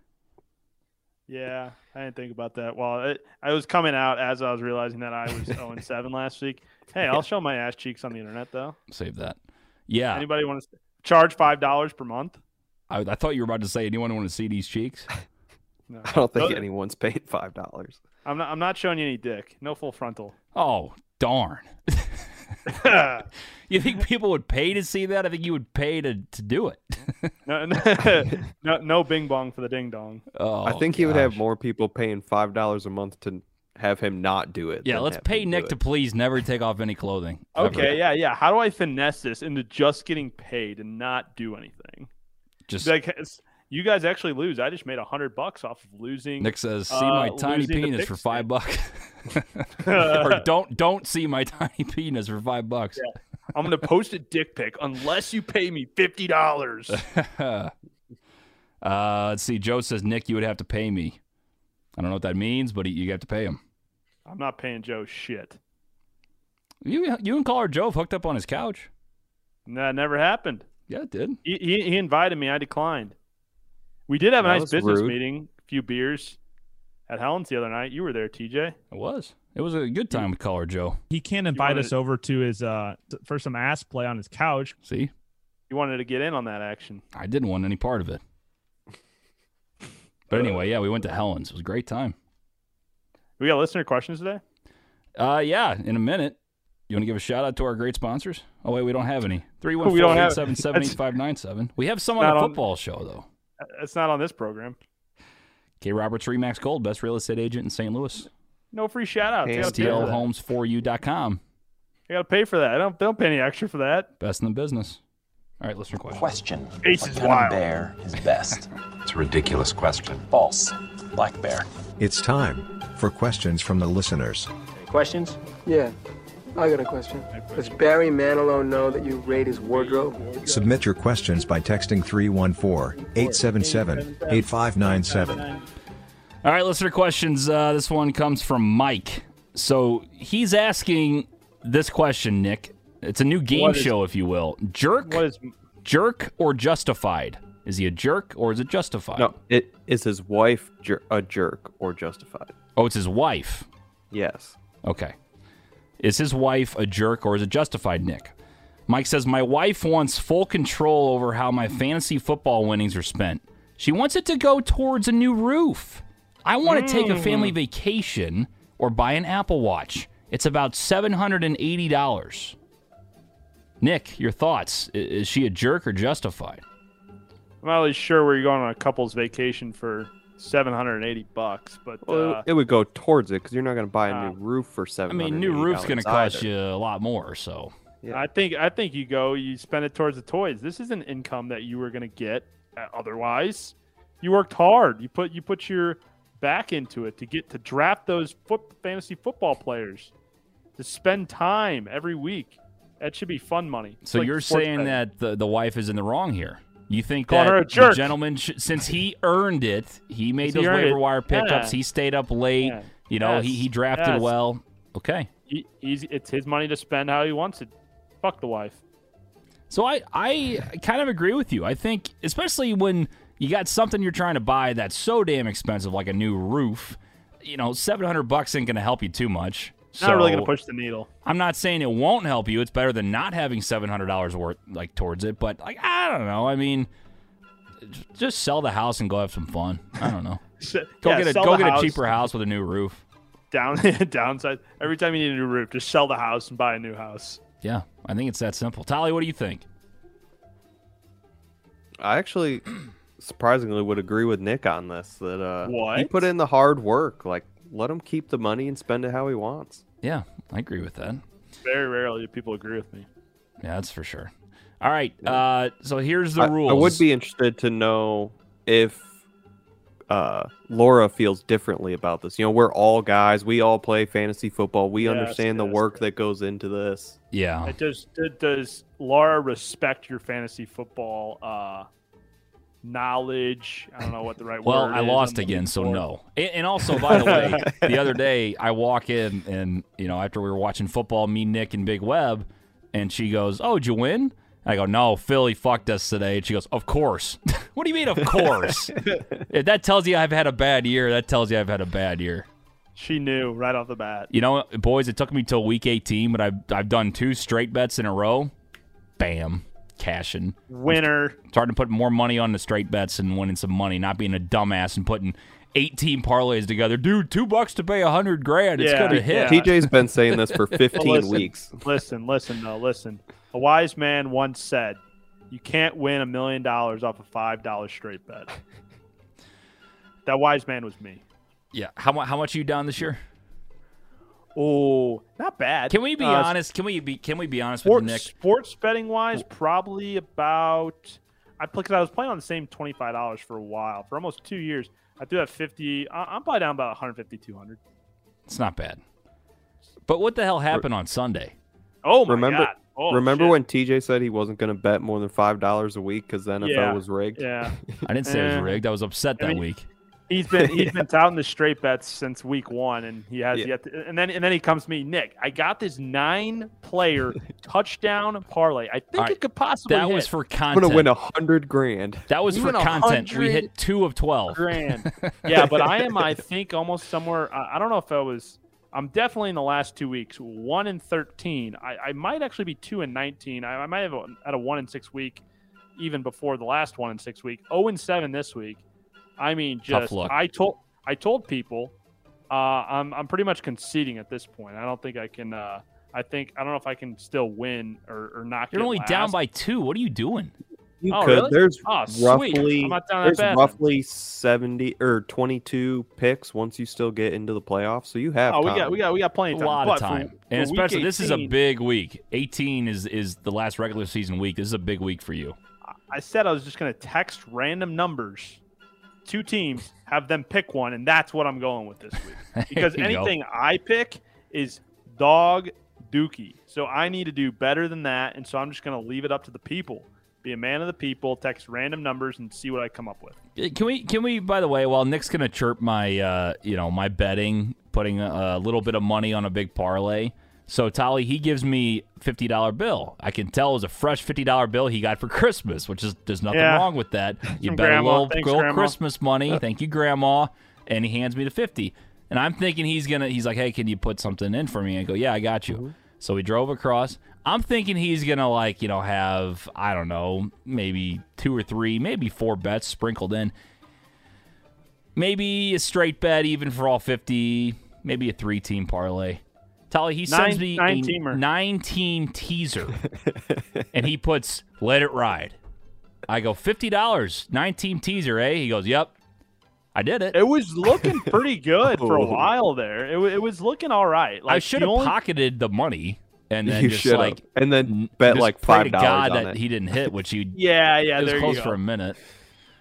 Speaker 4: yeah. I didn't think about that. Well, it, I was coming out as I was realizing that I was 0 and 7 last week. Hey, I'll show my ass cheeks on the internet though.
Speaker 3: Save that. Yeah.
Speaker 4: Anybody want to charge five dollars per month?
Speaker 3: I, I thought you were about to say anyone want to see these cheeks.
Speaker 4: No,
Speaker 5: I don't think
Speaker 4: Those-
Speaker 5: anyone's paid five dollars.
Speaker 4: I'm not. I'm not showing you any dick. No full frontal.
Speaker 3: Oh darn! You think people would pay to see that? I think you would pay to, to do it.
Speaker 4: No, no, no, no bing bong for the ding dong.
Speaker 3: Oh,
Speaker 5: I think he would have
Speaker 3: gosh.
Speaker 5: more people paying five dollars a month to have him not do it.
Speaker 3: Yeah,
Speaker 5: than
Speaker 3: let's
Speaker 5: have
Speaker 3: pay
Speaker 5: him do
Speaker 3: Nick
Speaker 5: it.
Speaker 3: to please never take off any clothing. ever.
Speaker 4: Okay, yeah, yeah. How do I finesse this into just getting paid and not do anything?
Speaker 3: Just
Speaker 4: Like, it's- you guys actually lose. I just made a hundred bucks off of losing.
Speaker 3: Nick says, "See
Speaker 4: uh,
Speaker 3: my tiny
Speaker 4: losing the
Speaker 3: penis for
Speaker 4: picks
Speaker 3: five bucks," or "Don't don't see my tiny penis for five bucks."
Speaker 4: I'm gonna post a dick pic unless you pay me fifty dollars.
Speaker 3: uh, let's see. Joe says, "Nick, you would have to pay me." I don't know what that means, but you have to pay him.
Speaker 4: I'm not paying Joe shit.
Speaker 3: You you and caller Joe have hooked up on his couch.
Speaker 4: That never happened.
Speaker 3: Yeah, it did.
Speaker 4: He, he, he invited me. I declined. We did have a
Speaker 5: That
Speaker 4: nice
Speaker 5: was
Speaker 4: business
Speaker 5: rude.
Speaker 4: meeting, a few beers at Helen's the other night. You were there, TJ.
Speaker 3: It was. It was a good time with caller Joe.
Speaker 7: He can't invite
Speaker 4: wanted-
Speaker 7: us over to his uh t- for some ass play on his couch.
Speaker 3: See,
Speaker 4: You wanted to get in on that action.
Speaker 3: I didn't want any part of it. But anyway, yeah, we went to Helen's. It was a great time.
Speaker 4: We got listener questions today.
Speaker 3: Uh, yeah, in a minute. You want to give a shout out to our great sponsors? Oh wait, we don't have any. Three one
Speaker 4: We
Speaker 3: four
Speaker 4: don't have-
Speaker 3: eight seven seven eight five nine seven. We have some on
Speaker 4: Not
Speaker 3: a
Speaker 4: on-
Speaker 3: football show though.
Speaker 4: That's not on this program.
Speaker 3: K. Roberts Remax Gold, best real estate agent in St. Louis.
Speaker 4: No free shout outs.
Speaker 5: Damn.
Speaker 4: I gotta pay for that.
Speaker 3: STLHomes4U.com,
Speaker 4: I gotta pay for that. I don't, they don't pay any extra for that.
Speaker 3: best in the business. All right, listener question.
Speaker 8: Question.
Speaker 4: Ace
Speaker 8: what
Speaker 4: is
Speaker 8: kind
Speaker 4: wild.
Speaker 8: of bear is best?
Speaker 2: It's a ridiculous question.
Speaker 8: False. Black bear.
Speaker 2: It's time for questions from the listeners.
Speaker 8: Questions?
Speaker 9: Yeah, I got a question. Does Barry Manilow know that you raid his wardrobe?
Speaker 2: Submit your questions by texting 314 877 8597.
Speaker 3: All right, listener questions. Uh, this one comes from Mike. So he's asking this question, Nick. It's a new game
Speaker 4: What is-
Speaker 3: show, if you will. Jerk,
Speaker 4: What is
Speaker 3: jerk, or justified? Is he a jerk or is it justified?
Speaker 5: No, it is his wife jer- a jerk or justified?
Speaker 3: Oh, it's his wife.
Speaker 5: Yes.
Speaker 3: Okay. Is his wife a jerk or is it justified, Nick? Mike says, My wife wants full control over how my fantasy football winnings are spent. She wants it to go towards a new roof. I want to take a family vacation or buy an Apple Watch. It's about $780. Nick, your thoughts. I- Is she a jerk or justified?
Speaker 4: I'm not really sure where you're going on a couple's vacation for 780 bucks, but
Speaker 5: Well,
Speaker 4: uh,
Speaker 5: it would go towards it because you're not going to buy a
Speaker 4: uh,
Speaker 5: new roof for
Speaker 3: I
Speaker 5: seven.
Speaker 3: mean, new roof's going to cost you a lot more, so.
Speaker 5: yeah.
Speaker 4: I think I think you go you spend it towards the toys. This is an income that you were gonna get uh, otherwise. You worked hard. You put you put your back into it to get to draft those foot, fantasy football players to spend time every week. That should be fun money. It's
Speaker 3: So
Speaker 4: like
Speaker 3: you're
Speaker 4: sports
Speaker 3: saying
Speaker 4: betting.
Speaker 3: that the, the wife is in the wrong here. You think
Speaker 4: Calling
Speaker 3: that
Speaker 4: her a
Speaker 3: the
Speaker 4: jerk.
Speaker 3: gentleman, sh- since he earned it, he made
Speaker 4: Since
Speaker 3: those
Speaker 4: he earned
Speaker 3: waiver
Speaker 4: it.
Speaker 3: wire pickups.
Speaker 4: Yeah.
Speaker 3: He stayed up late.
Speaker 4: Yeah.
Speaker 3: You know, he,
Speaker 4: Yes.
Speaker 3: he drafted
Speaker 4: Yes.
Speaker 3: well. Okay.
Speaker 4: He- he's, E, it's his money to spend how he wants it. Fuck the wife.
Speaker 3: So I, I kind of agree with you. I think, especially when you got something you're trying to buy that's so damn expensive, like a new roof, you know, 700 bucks ain't going to help you too much. So
Speaker 4: Not really gonna push the needle.
Speaker 3: I'm not saying it won't help you. It's better than not having seven hundred dollars worth like towards it. But like I don't know. I mean, j- just sell the house and go have some fun. I don't know. Go
Speaker 4: Yeah,
Speaker 3: get a
Speaker 4: sell
Speaker 3: go
Speaker 4: the
Speaker 3: get
Speaker 4: house.
Speaker 3: a cheaper house with a new roof.
Speaker 4: down downside. Every time you need a new roof, just sell the house and buy a new house.
Speaker 3: Yeah, I think it's that simple. Tolly, what do you think?
Speaker 5: I actually surprisingly would agree with Nick on this that uh, he
Speaker 4: What?
Speaker 5: put in the hard work. Like, let him keep the money and spend it how he wants.
Speaker 3: Yeah, I agree with that.
Speaker 4: Very rarely do people agree with me.
Speaker 3: Yeah, that's for sure. All right. Uh, so here's the
Speaker 5: I-
Speaker 3: rules.
Speaker 5: I, would be interested to know if uh, Laura feels differently about this. You know, we're all guys. We all play fantasy football. We
Speaker 4: Yes,
Speaker 5: understand the
Speaker 4: yes,
Speaker 5: work that goes into this.
Speaker 3: Yeah.
Speaker 4: It does it- does Laura respect your fantasy football uh, knowledge? I don't know what the right
Speaker 3: Well,
Speaker 4: word.
Speaker 3: I
Speaker 4: is
Speaker 3: lost
Speaker 4: I'm looking
Speaker 3: again, so
Speaker 4: for.
Speaker 3: no. And, and also, by the way, the other day I walk in, and you know, after we were watching football, me, Nick, and Big Web, and she goes, "Oh, did you win?" I go, "No, Philly fucked us today." And she goes, "Of course." what do you mean, of course? if that tells you I've had a bad year, that tells you I've had a bad year.
Speaker 4: She knew right off the bat.
Speaker 3: You know, boys, it took me till week 18, but I've I've done two straight bets in a row. Bam, cashing
Speaker 4: Winner.
Speaker 3: starting to put more money on the straight bets and winning some money, not being a dumbass and putting 18 parlays together. Dude, two bucks to pay a 100 grand. It's
Speaker 4: Yeah,
Speaker 3: going to
Speaker 4: yeah.
Speaker 3: hit.
Speaker 5: TJ's been saying this for 15
Speaker 4: listen.
Speaker 5: weeks.
Speaker 4: Listen, listen, though. Listen. A wise man once said, "You can't win a million dollars off a five dollar straight bet." that wise man was me.
Speaker 3: Yeah. How, mu- how much are you down this year?
Speaker 4: Oh, not bad.
Speaker 3: Can we be
Speaker 4: Uh,
Speaker 3: honest? Can we be can we be honest with
Speaker 4: Sports,
Speaker 3: Nick?
Speaker 4: sports betting wise, probably about. I because I was playing on the same twenty five dollars for a while, for almost two years. I do have fifty. I, I'm probably down about 150, 200.
Speaker 3: It's not bad. But what the hell happened on Sunday?
Speaker 4: Oh my
Speaker 5: Remember-
Speaker 4: god! Oh,
Speaker 5: Remember
Speaker 4: shit.
Speaker 5: when TJ said he wasn't going to bet more than five dollars a week because the NFL
Speaker 4: Yeah.
Speaker 5: was rigged?
Speaker 4: Yeah,
Speaker 3: I didn't say it
Speaker 4: Eh.
Speaker 3: was rigged. I was upset that
Speaker 4: mean-
Speaker 3: week.
Speaker 4: he's been he's been touting the straight bets since week one, and he has
Speaker 5: Yeah.
Speaker 4: yet. To, and then and then he comes to me, Nick. I got this nine player touchdown parlay. I think
Speaker 3: All right.
Speaker 4: it could possibly
Speaker 3: That
Speaker 4: hit
Speaker 3: was for
Speaker 5: I'm
Speaker 3: content.
Speaker 5: going to win a hundred grand.
Speaker 3: that was
Speaker 4: You
Speaker 3: for
Speaker 4: win a
Speaker 3: content. We
Speaker 4: hundred
Speaker 3: hit two of twelve.
Speaker 4: grand. yeah, but I am. I think almost somewhere. I, I don't know if I was. I'm definitely in the last two weeks one and thirteen. I, I might actually be two and nineteen. I, I might have a, had a one and six week, even before the last one and six week. Oh and seven this week. I mean,
Speaker 3: Tough
Speaker 4: just
Speaker 3: luck.
Speaker 4: I told I told people. Uh, I'm I'm pretty much conceding at this point. I don't think I can. Uh, I think I don't know if I can still win or, or not.
Speaker 3: You're
Speaker 4: get
Speaker 3: only down
Speaker 4: last.
Speaker 3: by two. What are you doing?
Speaker 5: You
Speaker 4: Oh, really?
Speaker 5: could. There's
Speaker 4: Oh,
Speaker 5: roughly
Speaker 4: sweet. I'm not down that
Speaker 5: there's
Speaker 4: bad.
Speaker 5: roughly seventy or twenty-two picks once you still get into the playoffs, so you have.
Speaker 4: Oh, we
Speaker 5: time.
Speaker 4: got we got we got plenty
Speaker 3: A
Speaker 4: of time.
Speaker 3: lot
Speaker 4: But
Speaker 3: of
Speaker 4: for-
Speaker 3: time,
Speaker 4: for
Speaker 3: and
Speaker 4: week
Speaker 3: especially this is a
Speaker 4: 18
Speaker 3: big week. 18 is is the last regular season week. This is a big week for you.
Speaker 4: I said I was just going to text random numbers, two teams, have them pick one, and that's what I'm going with this week. Because
Speaker 3: There you go.
Speaker 4: anything I pick is dog dookie. So I need to do better than that, and so I'm just going to leave it up to the people. Be a man of the people, text random numbers, and see what I come up with.
Speaker 3: Uh, Can we? Can we? By the way, while Nick's gonna chirp my, uh, you know, my betting, putting a, a little bit of money on a big parlay. So Tolly, he gives me fifty dollar bill. I can tell it was a fresh fifty dollar bill he got for Christmas, which is there's nothing
Speaker 4: Yeah.
Speaker 3: wrong with that. You
Speaker 4: From
Speaker 3: bet a
Speaker 4: Grandma.
Speaker 3: little,
Speaker 4: Thanks,
Speaker 3: little
Speaker 4: Grandma.
Speaker 3: Christmas money. Thank you, Grandma. And he hands me the fifty, and I'm thinking he's gonna. He's like, hey, can you put something in for me? I go, yeah, I got you.
Speaker 4: Mm-hmm.
Speaker 3: So we drove across. I'm thinking he's gonna like you know have I don't know maybe two or three, maybe four bets sprinkled in maybe a straight bet even for all 50 maybe a three team parlay Tolly, he sends
Speaker 4: Nine-
Speaker 3: me a
Speaker 4: nine-teamer.
Speaker 3: nine team teaser and he puts let it ride i go $50 nine team teaser eh he goes yep i did it
Speaker 4: It was looking pretty good for a
Speaker 5: Oh.
Speaker 4: while there. It, wa- it was looking all right. Like
Speaker 3: i should
Speaker 4: the
Speaker 3: have
Speaker 4: only-
Speaker 3: pocketed the money and then
Speaker 5: you
Speaker 3: just
Speaker 5: should
Speaker 3: like
Speaker 5: and
Speaker 3: n-
Speaker 5: then bet
Speaker 3: just
Speaker 5: like
Speaker 3: pray
Speaker 5: five
Speaker 3: to
Speaker 5: dollars
Speaker 3: god
Speaker 5: on
Speaker 3: that
Speaker 5: it.
Speaker 3: he didn't hit which you
Speaker 4: Yeah, yeah,
Speaker 3: it was
Speaker 4: there
Speaker 3: close
Speaker 4: you go.
Speaker 3: for a minute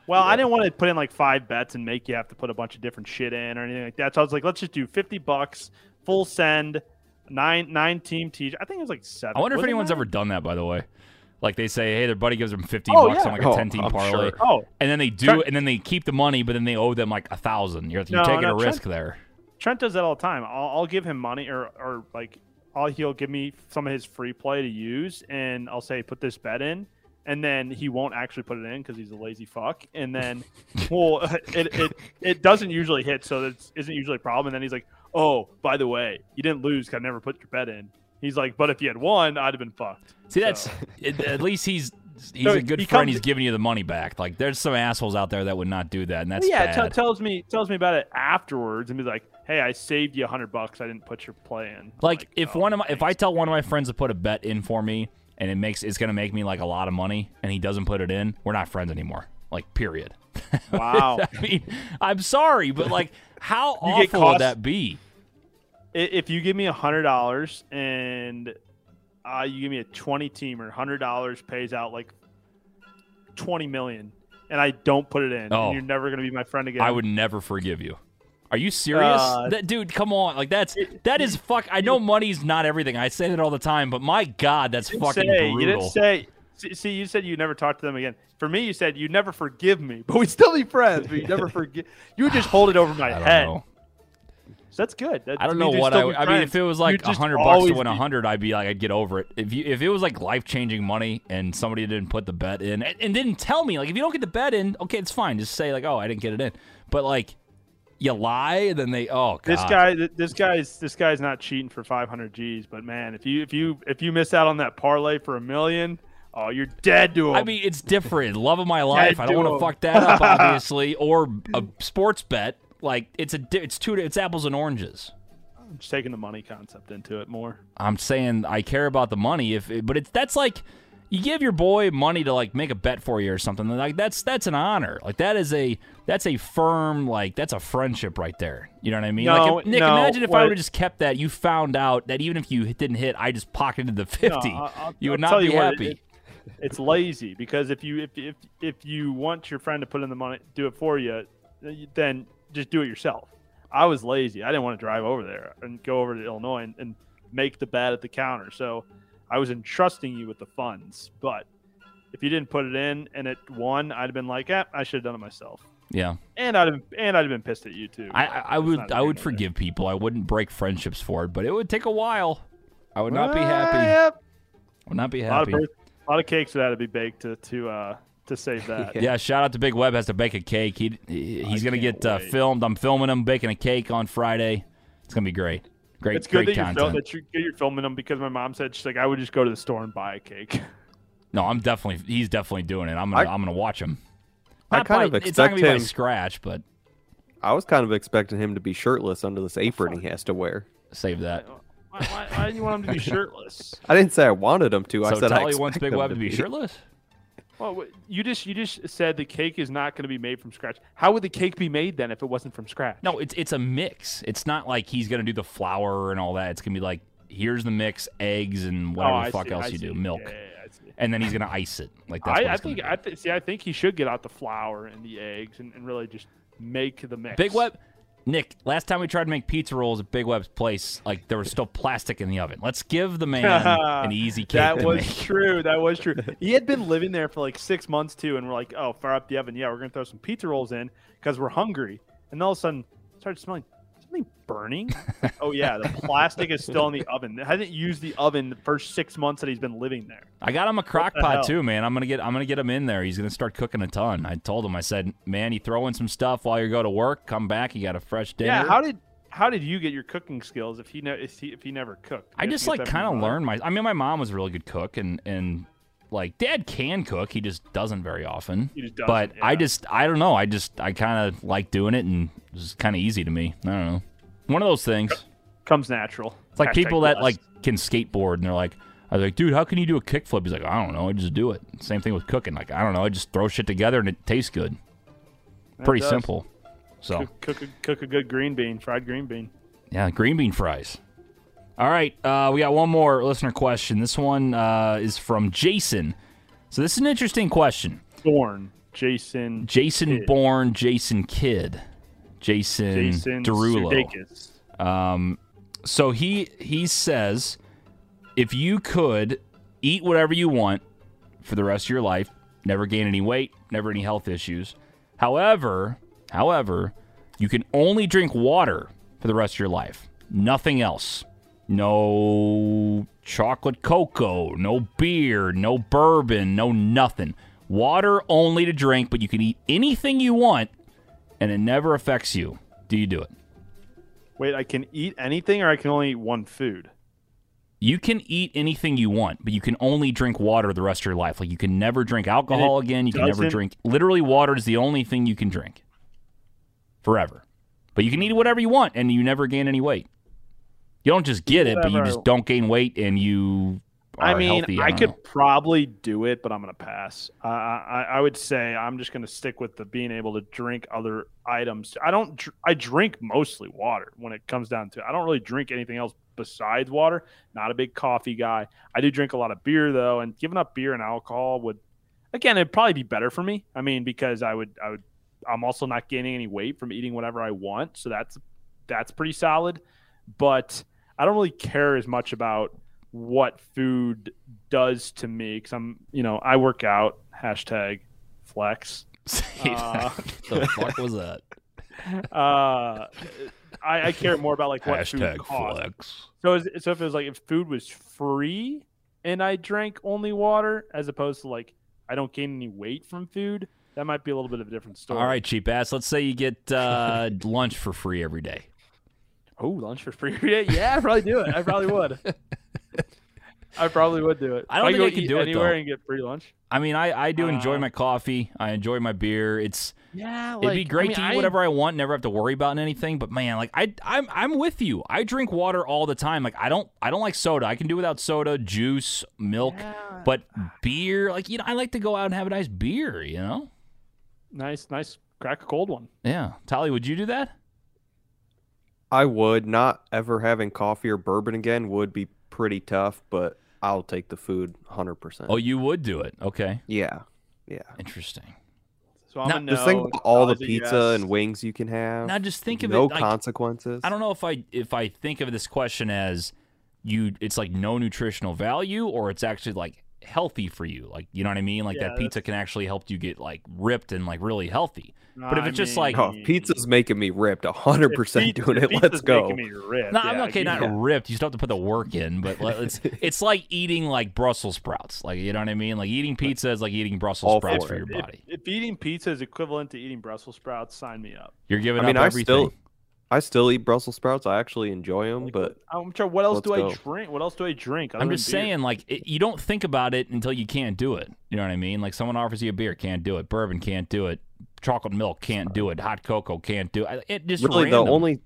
Speaker 4: Well, I didn't want to put in like five bets and make you have to put a bunch of different shit in or anything like that. So I was like, let's just do fifty bucks, full send, nine nine team teach. I think it was like seven.
Speaker 3: i wonder if
Speaker 4: Was it
Speaker 3: anyone's
Speaker 4: nine?
Speaker 3: ever done that by the way like they say hey their buddy gives them 50
Speaker 4: Oh,
Speaker 3: bucks
Speaker 4: yeah.
Speaker 3: on like a
Speaker 5: Oh,
Speaker 3: 10 team
Speaker 5: I'm
Speaker 3: parlay
Speaker 5: sure.
Speaker 4: Oh
Speaker 3: And then they do, and then they keep the money, but then they owe them like a thousand. You're, you're
Speaker 4: No,
Speaker 3: taking
Speaker 4: no,
Speaker 3: a
Speaker 4: Trent-
Speaker 3: risk there.
Speaker 4: Trent does that all the time. I'll, I'll give him money or or like I'll, he'll give me some of his free play to use, and I'll say put this bet in, and then he won't actually put it in because he's a lazy fuck. And then, well, it, it it doesn't usually hit, so that isn't usually a problem. And then he's like, oh, by the way, you didn't lose 'cause I never put your bet in. He's like, but if you had won, I'd have been fucked. So-
Speaker 3: See, that's at- at least he's he's
Speaker 4: So
Speaker 3: a good
Speaker 4: he
Speaker 3: friend.
Speaker 4: comes-
Speaker 3: he's giving you the money back. Like there's some assholes out there that would not do that, and that's
Speaker 4: yeah. T-
Speaker 3: bad.
Speaker 4: tells me tells me about it afterwards, and be like, hey, I saved you a hundred bucks. I didn't put your play in. I'm
Speaker 3: like, if
Speaker 4: "Oh,
Speaker 3: one of my if I
Speaker 4: thanks."
Speaker 3: tell one of my friends to put a bet in for me, and it makes it's gonna make me like a lot of money, and he doesn't put it in, we're not friends anymore. Like period.
Speaker 4: wow.
Speaker 3: I mean, I'm sorry, but like,
Speaker 4: You
Speaker 3: how
Speaker 4: get
Speaker 3: awful
Speaker 4: cost-
Speaker 3: would that be?
Speaker 4: I- if you give me a hundred dollars and uh, you give me a twenty teamer, hundred dollars pays out like twenty million, and I don't put it in,
Speaker 3: Oh.
Speaker 4: and you're never gonna be my friend again.
Speaker 3: I would never forgive you. Are you serious?
Speaker 4: Uh,
Speaker 3: that, dude, come on. Like that's that is fuck I know money's not everything. I say that all the time, but my god, that's
Speaker 4: You didn't
Speaker 3: fucking
Speaker 4: say,
Speaker 3: brutal.
Speaker 4: You didn't say. see- See, you said you never talk to them again. For me, you said you never forgive me, but we still be friends. But you never forgive. You just hold it over my
Speaker 3: I don't
Speaker 4: head.
Speaker 3: know.
Speaker 4: So that's good. That
Speaker 3: I don't
Speaker 4: means
Speaker 3: know
Speaker 4: we'd
Speaker 3: what I,
Speaker 4: still be
Speaker 3: w- I mean.
Speaker 4: friends.
Speaker 3: If it was like
Speaker 4: You'd just
Speaker 3: hundred bucks
Speaker 4: always
Speaker 3: to win
Speaker 4: be-
Speaker 3: hundred, I'd be like, I'd get over it. If you, if it was like life changing money and somebody didn't put the bet in and, and didn't tell me, like if you don't get the bet in, okay, it's fine. Just say like, oh, I didn't get it in. But like, you lie, and then they, oh god,
Speaker 4: This guy, th- this guy's, this guy's not cheating for 500 G's, but man, if you, if you, if you miss out on that parlay for a million, oh, you're dead to him.
Speaker 3: I mean, it's different. Love of my life. I don't want
Speaker 4: dude.
Speaker 3: to fuck that up, obviously, or a sports bet. Like it's a di- it's two it's apples and oranges.
Speaker 4: I'm just taking the money concept into it more.
Speaker 3: I'm saying I care about the money. If it, but it's that's like you give your boy money to like make a bet for you or something like that's that's an honor like that is a that's a firm like that's a friendship right there you know what i mean
Speaker 4: No,
Speaker 3: like if, nick
Speaker 4: no,
Speaker 3: imagine if i
Speaker 4: what-
Speaker 3: would have just kept that you found out that even if you didn't hit i just pocketed the 50
Speaker 4: No, I- I'll-
Speaker 3: you would
Speaker 4: I'll
Speaker 3: not
Speaker 4: tell
Speaker 3: be
Speaker 4: what,
Speaker 3: happy
Speaker 4: it- it's lazy because if you if, if if you want your friend to put in the money, do it for you, then just do it yourself. I was lazy. I didn't want to drive over there and go over to Illinois and, and make the bet at the counter. So I was entrusting you with the funds. But if you didn't put it in and it won, I'd have been like, eh, I should have done it myself.
Speaker 3: yeah
Speaker 4: And I'd have and I'd have been pissed at you too.
Speaker 3: i i, I
Speaker 4: It's
Speaker 3: would
Speaker 4: not a
Speaker 3: i
Speaker 4: game
Speaker 3: would
Speaker 4: over there.
Speaker 3: forgive people i wouldn't break friendships for it but it would take a while i would not be
Speaker 4: Ah,
Speaker 3: happy i
Speaker 4: yep.
Speaker 3: would not be
Speaker 4: A lot of
Speaker 3: happy
Speaker 4: birth, a lot of cakes would have to be baked to to uh to save that.
Speaker 3: Yeah, shout out to Big Web has to bake a cake. He, he he's gonna
Speaker 4: can't
Speaker 3: get uh,
Speaker 4: wait.
Speaker 3: filmed. I'm filming him baking a cake on Friday. It's gonna be great. Great,
Speaker 4: It's good that
Speaker 3: great
Speaker 4: you're, film,
Speaker 3: content.
Speaker 4: that you're that you're filming them because my mom said she's like I would just go to the store and buy a cake.
Speaker 3: No, I'm definitely he's definitely doing it. I'm gonna I,
Speaker 5: I-
Speaker 3: am gonna watch him.
Speaker 5: I
Speaker 3: Not
Speaker 5: kind
Speaker 3: by-
Speaker 5: of
Speaker 3: it's not
Speaker 5: expect
Speaker 3: gonna be by
Speaker 5: him-
Speaker 3: scratch, but
Speaker 5: I was kind of expecting him to be shirtless under this apron he has to wear.
Speaker 3: save that.
Speaker 4: Why, why, why do you want them to be shirtless?
Speaker 5: I didn't say I wanted him to. I
Speaker 3: so
Speaker 5: said I
Speaker 3: Tully wants
Speaker 5: expect
Speaker 3: Big
Speaker 5: him
Speaker 3: Web to be shirtless.
Speaker 4: Well, wh- you just you just said the cake is not going to be made from scratch. How would the cake be made then if it wasn't from scratch?
Speaker 3: No, it's it's a mix. It's not like he's gonna do the flour and all that. It's gonna be like here's the mix, eggs and
Speaker 4: Oh,
Speaker 3: whatever
Speaker 4: I
Speaker 3: the fuck
Speaker 4: see,
Speaker 3: else
Speaker 4: I
Speaker 3: you
Speaker 4: see.
Speaker 3: do, milk,
Speaker 4: Yeah, yeah, yeah, I see.
Speaker 3: and then he's gonna ice it. Like that's what
Speaker 4: I, I
Speaker 3: it's gonna
Speaker 4: think
Speaker 3: be.
Speaker 4: I th- see. I think he should get out the flour and the eggs and, and really just make the mix.
Speaker 3: Big Web, Nick. Last time we tried to make pizza rolls at Big Web's place, like there was still plastic in the oven. Let's give the man an easy cake.
Speaker 4: That
Speaker 3: to
Speaker 4: was
Speaker 3: make.
Speaker 4: true. That was true. He had been living there for like six months too, and we're like, "Oh, fire up the oven! Yeah, we're gonna throw some pizza rolls in because we're hungry." And all of a sudden, I started smelling something burning. Like, oh yeah, the plastic is still in the oven. They hadn't used the oven the first six months that he's been living there.
Speaker 3: I got him a crock
Speaker 4: the hell?
Speaker 3: pot too, man. I'm gonna get I'm gonna get him in there. He's gonna start cooking a ton. I told him, I said, man, you throw in some stuff while you go to work, come back, you got a fresh dinner.
Speaker 4: Yeah. How did how did you get your cooking skills if he ne- if he, if he never cooked?
Speaker 3: I just like kind of learned my. I mean, my mom was a really good cook, and and like dad can cook. He just doesn't very often.
Speaker 4: He just doesn't,
Speaker 3: but I
Speaker 4: yeah.
Speaker 3: just I don't know. I just I kind of like doing it, and it was kind of easy to me. I don't know. One of those things.
Speaker 4: comes natural.
Speaker 3: It's like
Speaker 4: Hashtag
Speaker 3: people that
Speaker 4: blessed.
Speaker 3: like can skateboard and they're like, I was like, dude, how can you do a kickflip? He's like, I don't know, I just do it. Same thing with cooking. Like, I don't know, I just throw shit together and it tastes good. Pretty
Speaker 4: does.
Speaker 3: simple. So
Speaker 4: cook, cook, a, cook a good green bean, fried green bean.
Speaker 3: yeah, green bean fries. All right, uh, we got one more listener question. This one uh, is from Jason. So this is an interesting question.
Speaker 4: Thorn, Jason,
Speaker 3: Jason
Speaker 4: Kidd.
Speaker 3: Bourne, Jason Kidd, Jason,
Speaker 4: Jason
Speaker 3: Derulo.
Speaker 4: Sudeikis.
Speaker 3: Um, So he he says, if you could eat whatever you want for the rest of your life, never gain any weight, never any health issues. However, however, you can only drink water for the rest of your life. Nothing else. No chocolate cocoa, no beer, no bourbon, no nothing. Water only to drink, but you can eat anything you want and it never affects you. Do you do it?
Speaker 4: Wait, I can eat anything or I can only eat one food?
Speaker 3: you can eat anything you want, but you can only drink water the rest of your life. Like you can never drink alcohol again. You can never
Speaker 4: doesn't-
Speaker 3: drink. Literally, water is the only thing you can drink forever. But you can eat whatever you want, and you never gain any weight. You don't just get it, but you
Speaker 4: Whatever.
Speaker 3: just don't gain weight, and you. Are
Speaker 4: I mean,
Speaker 3: healthy.
Speaker 4: I
Speaker 3: don't
Speaker 4: could
Speaker 3: know.
Speaker 4: probably do it, but I'm going to pass. I I, I would say I'm just going to stick with the being able to drink other items. I don't. dr- I drink mostly water when it comes down to. it. I don't really drink anything else besides water. Not a big coffee guy. I do drink a lot of beer though, and giving up beer and alcohol would, again, it'd probably be better for me. I mean, because I would. I would. I'm also not gaining any weight from eating whatever I want, so that's that's pretty solid. But I don't really care as much about what food does to me because I'm, you know, I work out. Hashtag flex.
Speaker 3: Say
Speaker 4: Uh,
Speaker 3: that. the fuck was that?
Speaker 4: Uh, I, I care more about like what food
Speaker 3: Hashtag
Speaker 4: costs.
Speaker 3: flex.
Speaker 4: So, is, so if it was like if food was free and I drank only water, as opposed to like I don't gain any weight from food, that might be a little bit of a different story.
Speaker 3: All right, cheap ass. Let's say you get uh, lunch for free every day.
Speaker 4: Oh, lunch for free? yeah, I probably do it. I probably would. I probably would do it.
Speaker 3: I don't
Speaker 4: If
Speaker 3: think
Speaker 4: go
Speaker 3: I could
Speaker 4: eat
Speaker 3: do it,
Speaker 4: anywhere
Speaker 3: though.
Speaker 4: and get free lunch.
Speaker 3: I mean, I, I do enjoy
Speaker 6: Uh,
Speaker 3: my coffee. I enjoy my beer. It's
Speaker 6: Yeah,
Speaker 3: it'd be great to eat whatever I want, never have to worry about anything. But man, like I I'm I'm with you. I drink water all the time. Like I don't I don't like soda. I can do without soda, juice, milk, but beer. Like you know, I like to go out and have a nice beer. You know.
Speaker 4: Nice, nice. Crack a cold one.
Speaker 3: Yeah, Tolly, would you do that?
Speaker 5: I would not ever having coffee or bourbon again would be pretty tough, but I'll take the food 100%.
Speaker 3: Oh, you would do it. Okay,
Speaker 5: yeah. Yeah.
Speaker 3: interesting.
Speaker 4: So I'm
Speaker 3: Now,
Speaker 4: a no.
Speaker 5: Just think about all the
Speaker 4: Tyler's a yes.
Speaker 5: pizza and wings you can have.
Speaker 3: Now just think of
Speaker 5: no
Speaker 3: it. Like,
Speaker 5: consequences.
Speaker 3: I don't know if I if I think of this question as you it's like no nutritional value or it's actually like healthy for you. Like you know what I mean? Like
Speaker 4: Yeah,
Speaker 3: that pizza can actually help you get like ripped and like really healthy. But if it's just like-
Speaker 5: No, if Oh, pizza's making me ripped. 100%
Speaker 4: If
Speaker 5: doing
Speaker 4: pizza-
Speaker 5: it.
Speaker 4: if
Speaker 5: Let's
Speaker 4: pizza's
Speaker 5: go.
Speaker 4: making me rip,
Speaker 3: No,
Speaker 4: yeah,
Speaker 3: I'm okay,
Speaker 4: you-
Speaker 3: not ripped. You still have to put the work in, but like, it's it's like eating like Brussels sprouts. Like you know what I mean? Like eating pizza is like eating Brussels
Speaker 5: All
Speaker 3: sprouts
Speaker 5: for
Speaker 3: for
Speaker 5: it.
Speaker 3: your
Speaker 4: If-
Speaker 3: body.
Speaker 4: If, eating pizza is equivalent to eating Brussels sprouts, sign me up.
Speaker 3: You're giving
Speaker 5: I mean,
Speaker 3: up
Speaker 5: I
Speaker 3: everything.
Speaker 5: still, I still eat Brussels sprouts. I actually enjoy them,
Speaker 4: Like,
Speaker 5: but
Speaker 4: I'm sure. What else
Speaker 5: Let's
Speaker 4: do I
Speaker 5: go.
Speaker 4: drink? What else do I drink? other
Speaker 3: I'm
Speaker 4: than
Speaker 3: just
Speaker 4: beer?
Speaker 3: saying, like, it, you don't think about it until you can't do it. You know what I mean? Like, someone offers you a beer, can't do it. Bourbon, can't do it. Chocolate milk, can't do it. Hot cocoa, can't do it. It just
Speaker 5: really
Speaker 3: random.
Speaker 5: the only,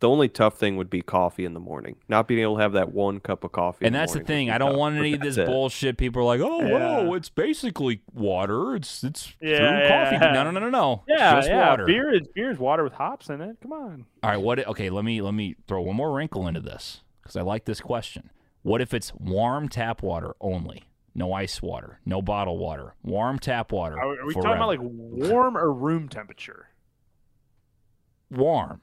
Speaker 5: the only tough thing would be coffee in the morning. Not being able to have that one cup of coffee. in
Speaker 3: And that's the
Speaker 5: morning would
Speaker 3: thing.
Speaker 5: be
Speaker 3: I don't
Speaker 5: tough,
Speaker 3: want
Speaker 5: but
Speaker 3: any of this
Speaker 5: that's it.
Speaker 3: bullshit. People are like, "Oh,
Speaker 4: Yeah.
Speaker 3: whoa, it's basically water. It's it's through
Speaker 4: Yeah,
Speaker 3: coffee."
Speaker 4: yeah.
Speaker 3: No, no, no, no, no. It's
Speaker 4: Yeah,
Speaker 3: just
Speaker 4: yeah.
Speaker 3: water.
Speaker 4: Beer is beer is water with hops in it. Come on.
Speaker 3: All right, what? Okay, let me let me throw one more wrinkle into this because I like this question. What if it's warm tap water only? No ice water, no bottle water. Warm tap water.
Speaker 4: Are, are we
Speaker 3: forever.
Speaker 4: talking about like warm or room temperature?
Speaker 3: warm?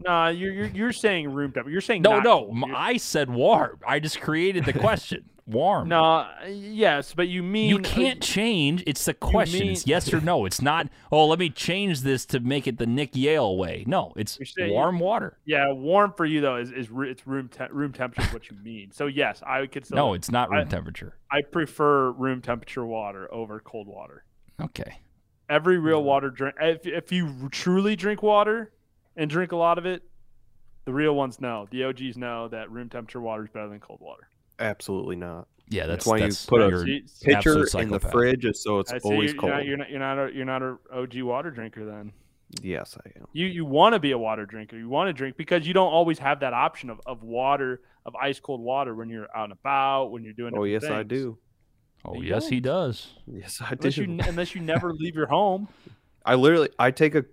Speaker 4: Nah, you're you're, you're saying room temperature. You're saying
Speaker 3: No,
Speaker 4: not
Speaker 3: no.
Speaker 4: cold.
Speaker 3: m-
Speaker 4: You're-
Speaker 3: I said warm. I just created the question. Warm.
Speaker 4: No, yes, but you mean uh,
Speaker 3: You can't change. It's the question.
Speaker 4: mean-
Speaker 3: It's yes or no. It's not, oh, let me change this to make it the Nick Yale way. No, it's
Speaker 4: You're saying-
Speaker 3: warm water.
Speaker 4: Yeah, warm for you though is is ru- it's room te- room temperature is what you mean. So yes, I would consider.
Speaker 3: No, it's not room
Speaker 4: I-
Speaker 3: temperature.
Speaker 4: I prefer room temperature water over cold water.
Speaker 3: Okay.
Speaker 4: Every real water drink, if if you truly drink water and drink a lot of it, the real ones know. The OGs know that room temperature water is better than cold water.
Speaker 5: Absolutely not.
Speaker 3: Yeah, that's,
Speaker 5: That's why you
Speaker 3: that's
Speaker 5: put a
Speaker 3: your-
Speaker 4: See- see-
Speaker 3: an
Speaker 5: Pitcher
Speaker 3: absolute
Speaker 5: in the
Speaker 3: psychopath.
Speaker 5: fridge, is so it's
Speaker 4: I see
Speaker 5: always
Speaker 4: you're,
Speaker 5: cold.
Speaker 4: You're not, you're not you're not a, you're not a OG water drinker then.
Speaker 5: Yes, I am.
Speaker 4: You you want to be a water drinker. You want to drink because you don't always have that option of, of water of ice cold water when you're out and about when you're doing.
Speaker 5: Oh yes,
Speaker 4: different
Speaker 5: I
Speaker 4: things.
Speaker 5: do.
Speaker 3: Oh,
Speaker 4: You
Speaker 3: yes,
Speaker 4: don't.
Speaker 3: he does.
Speaker 5: Yes, I do.
Speaker 4: Unless you unless you never leave your home.
Speaker 5: I literally, I take a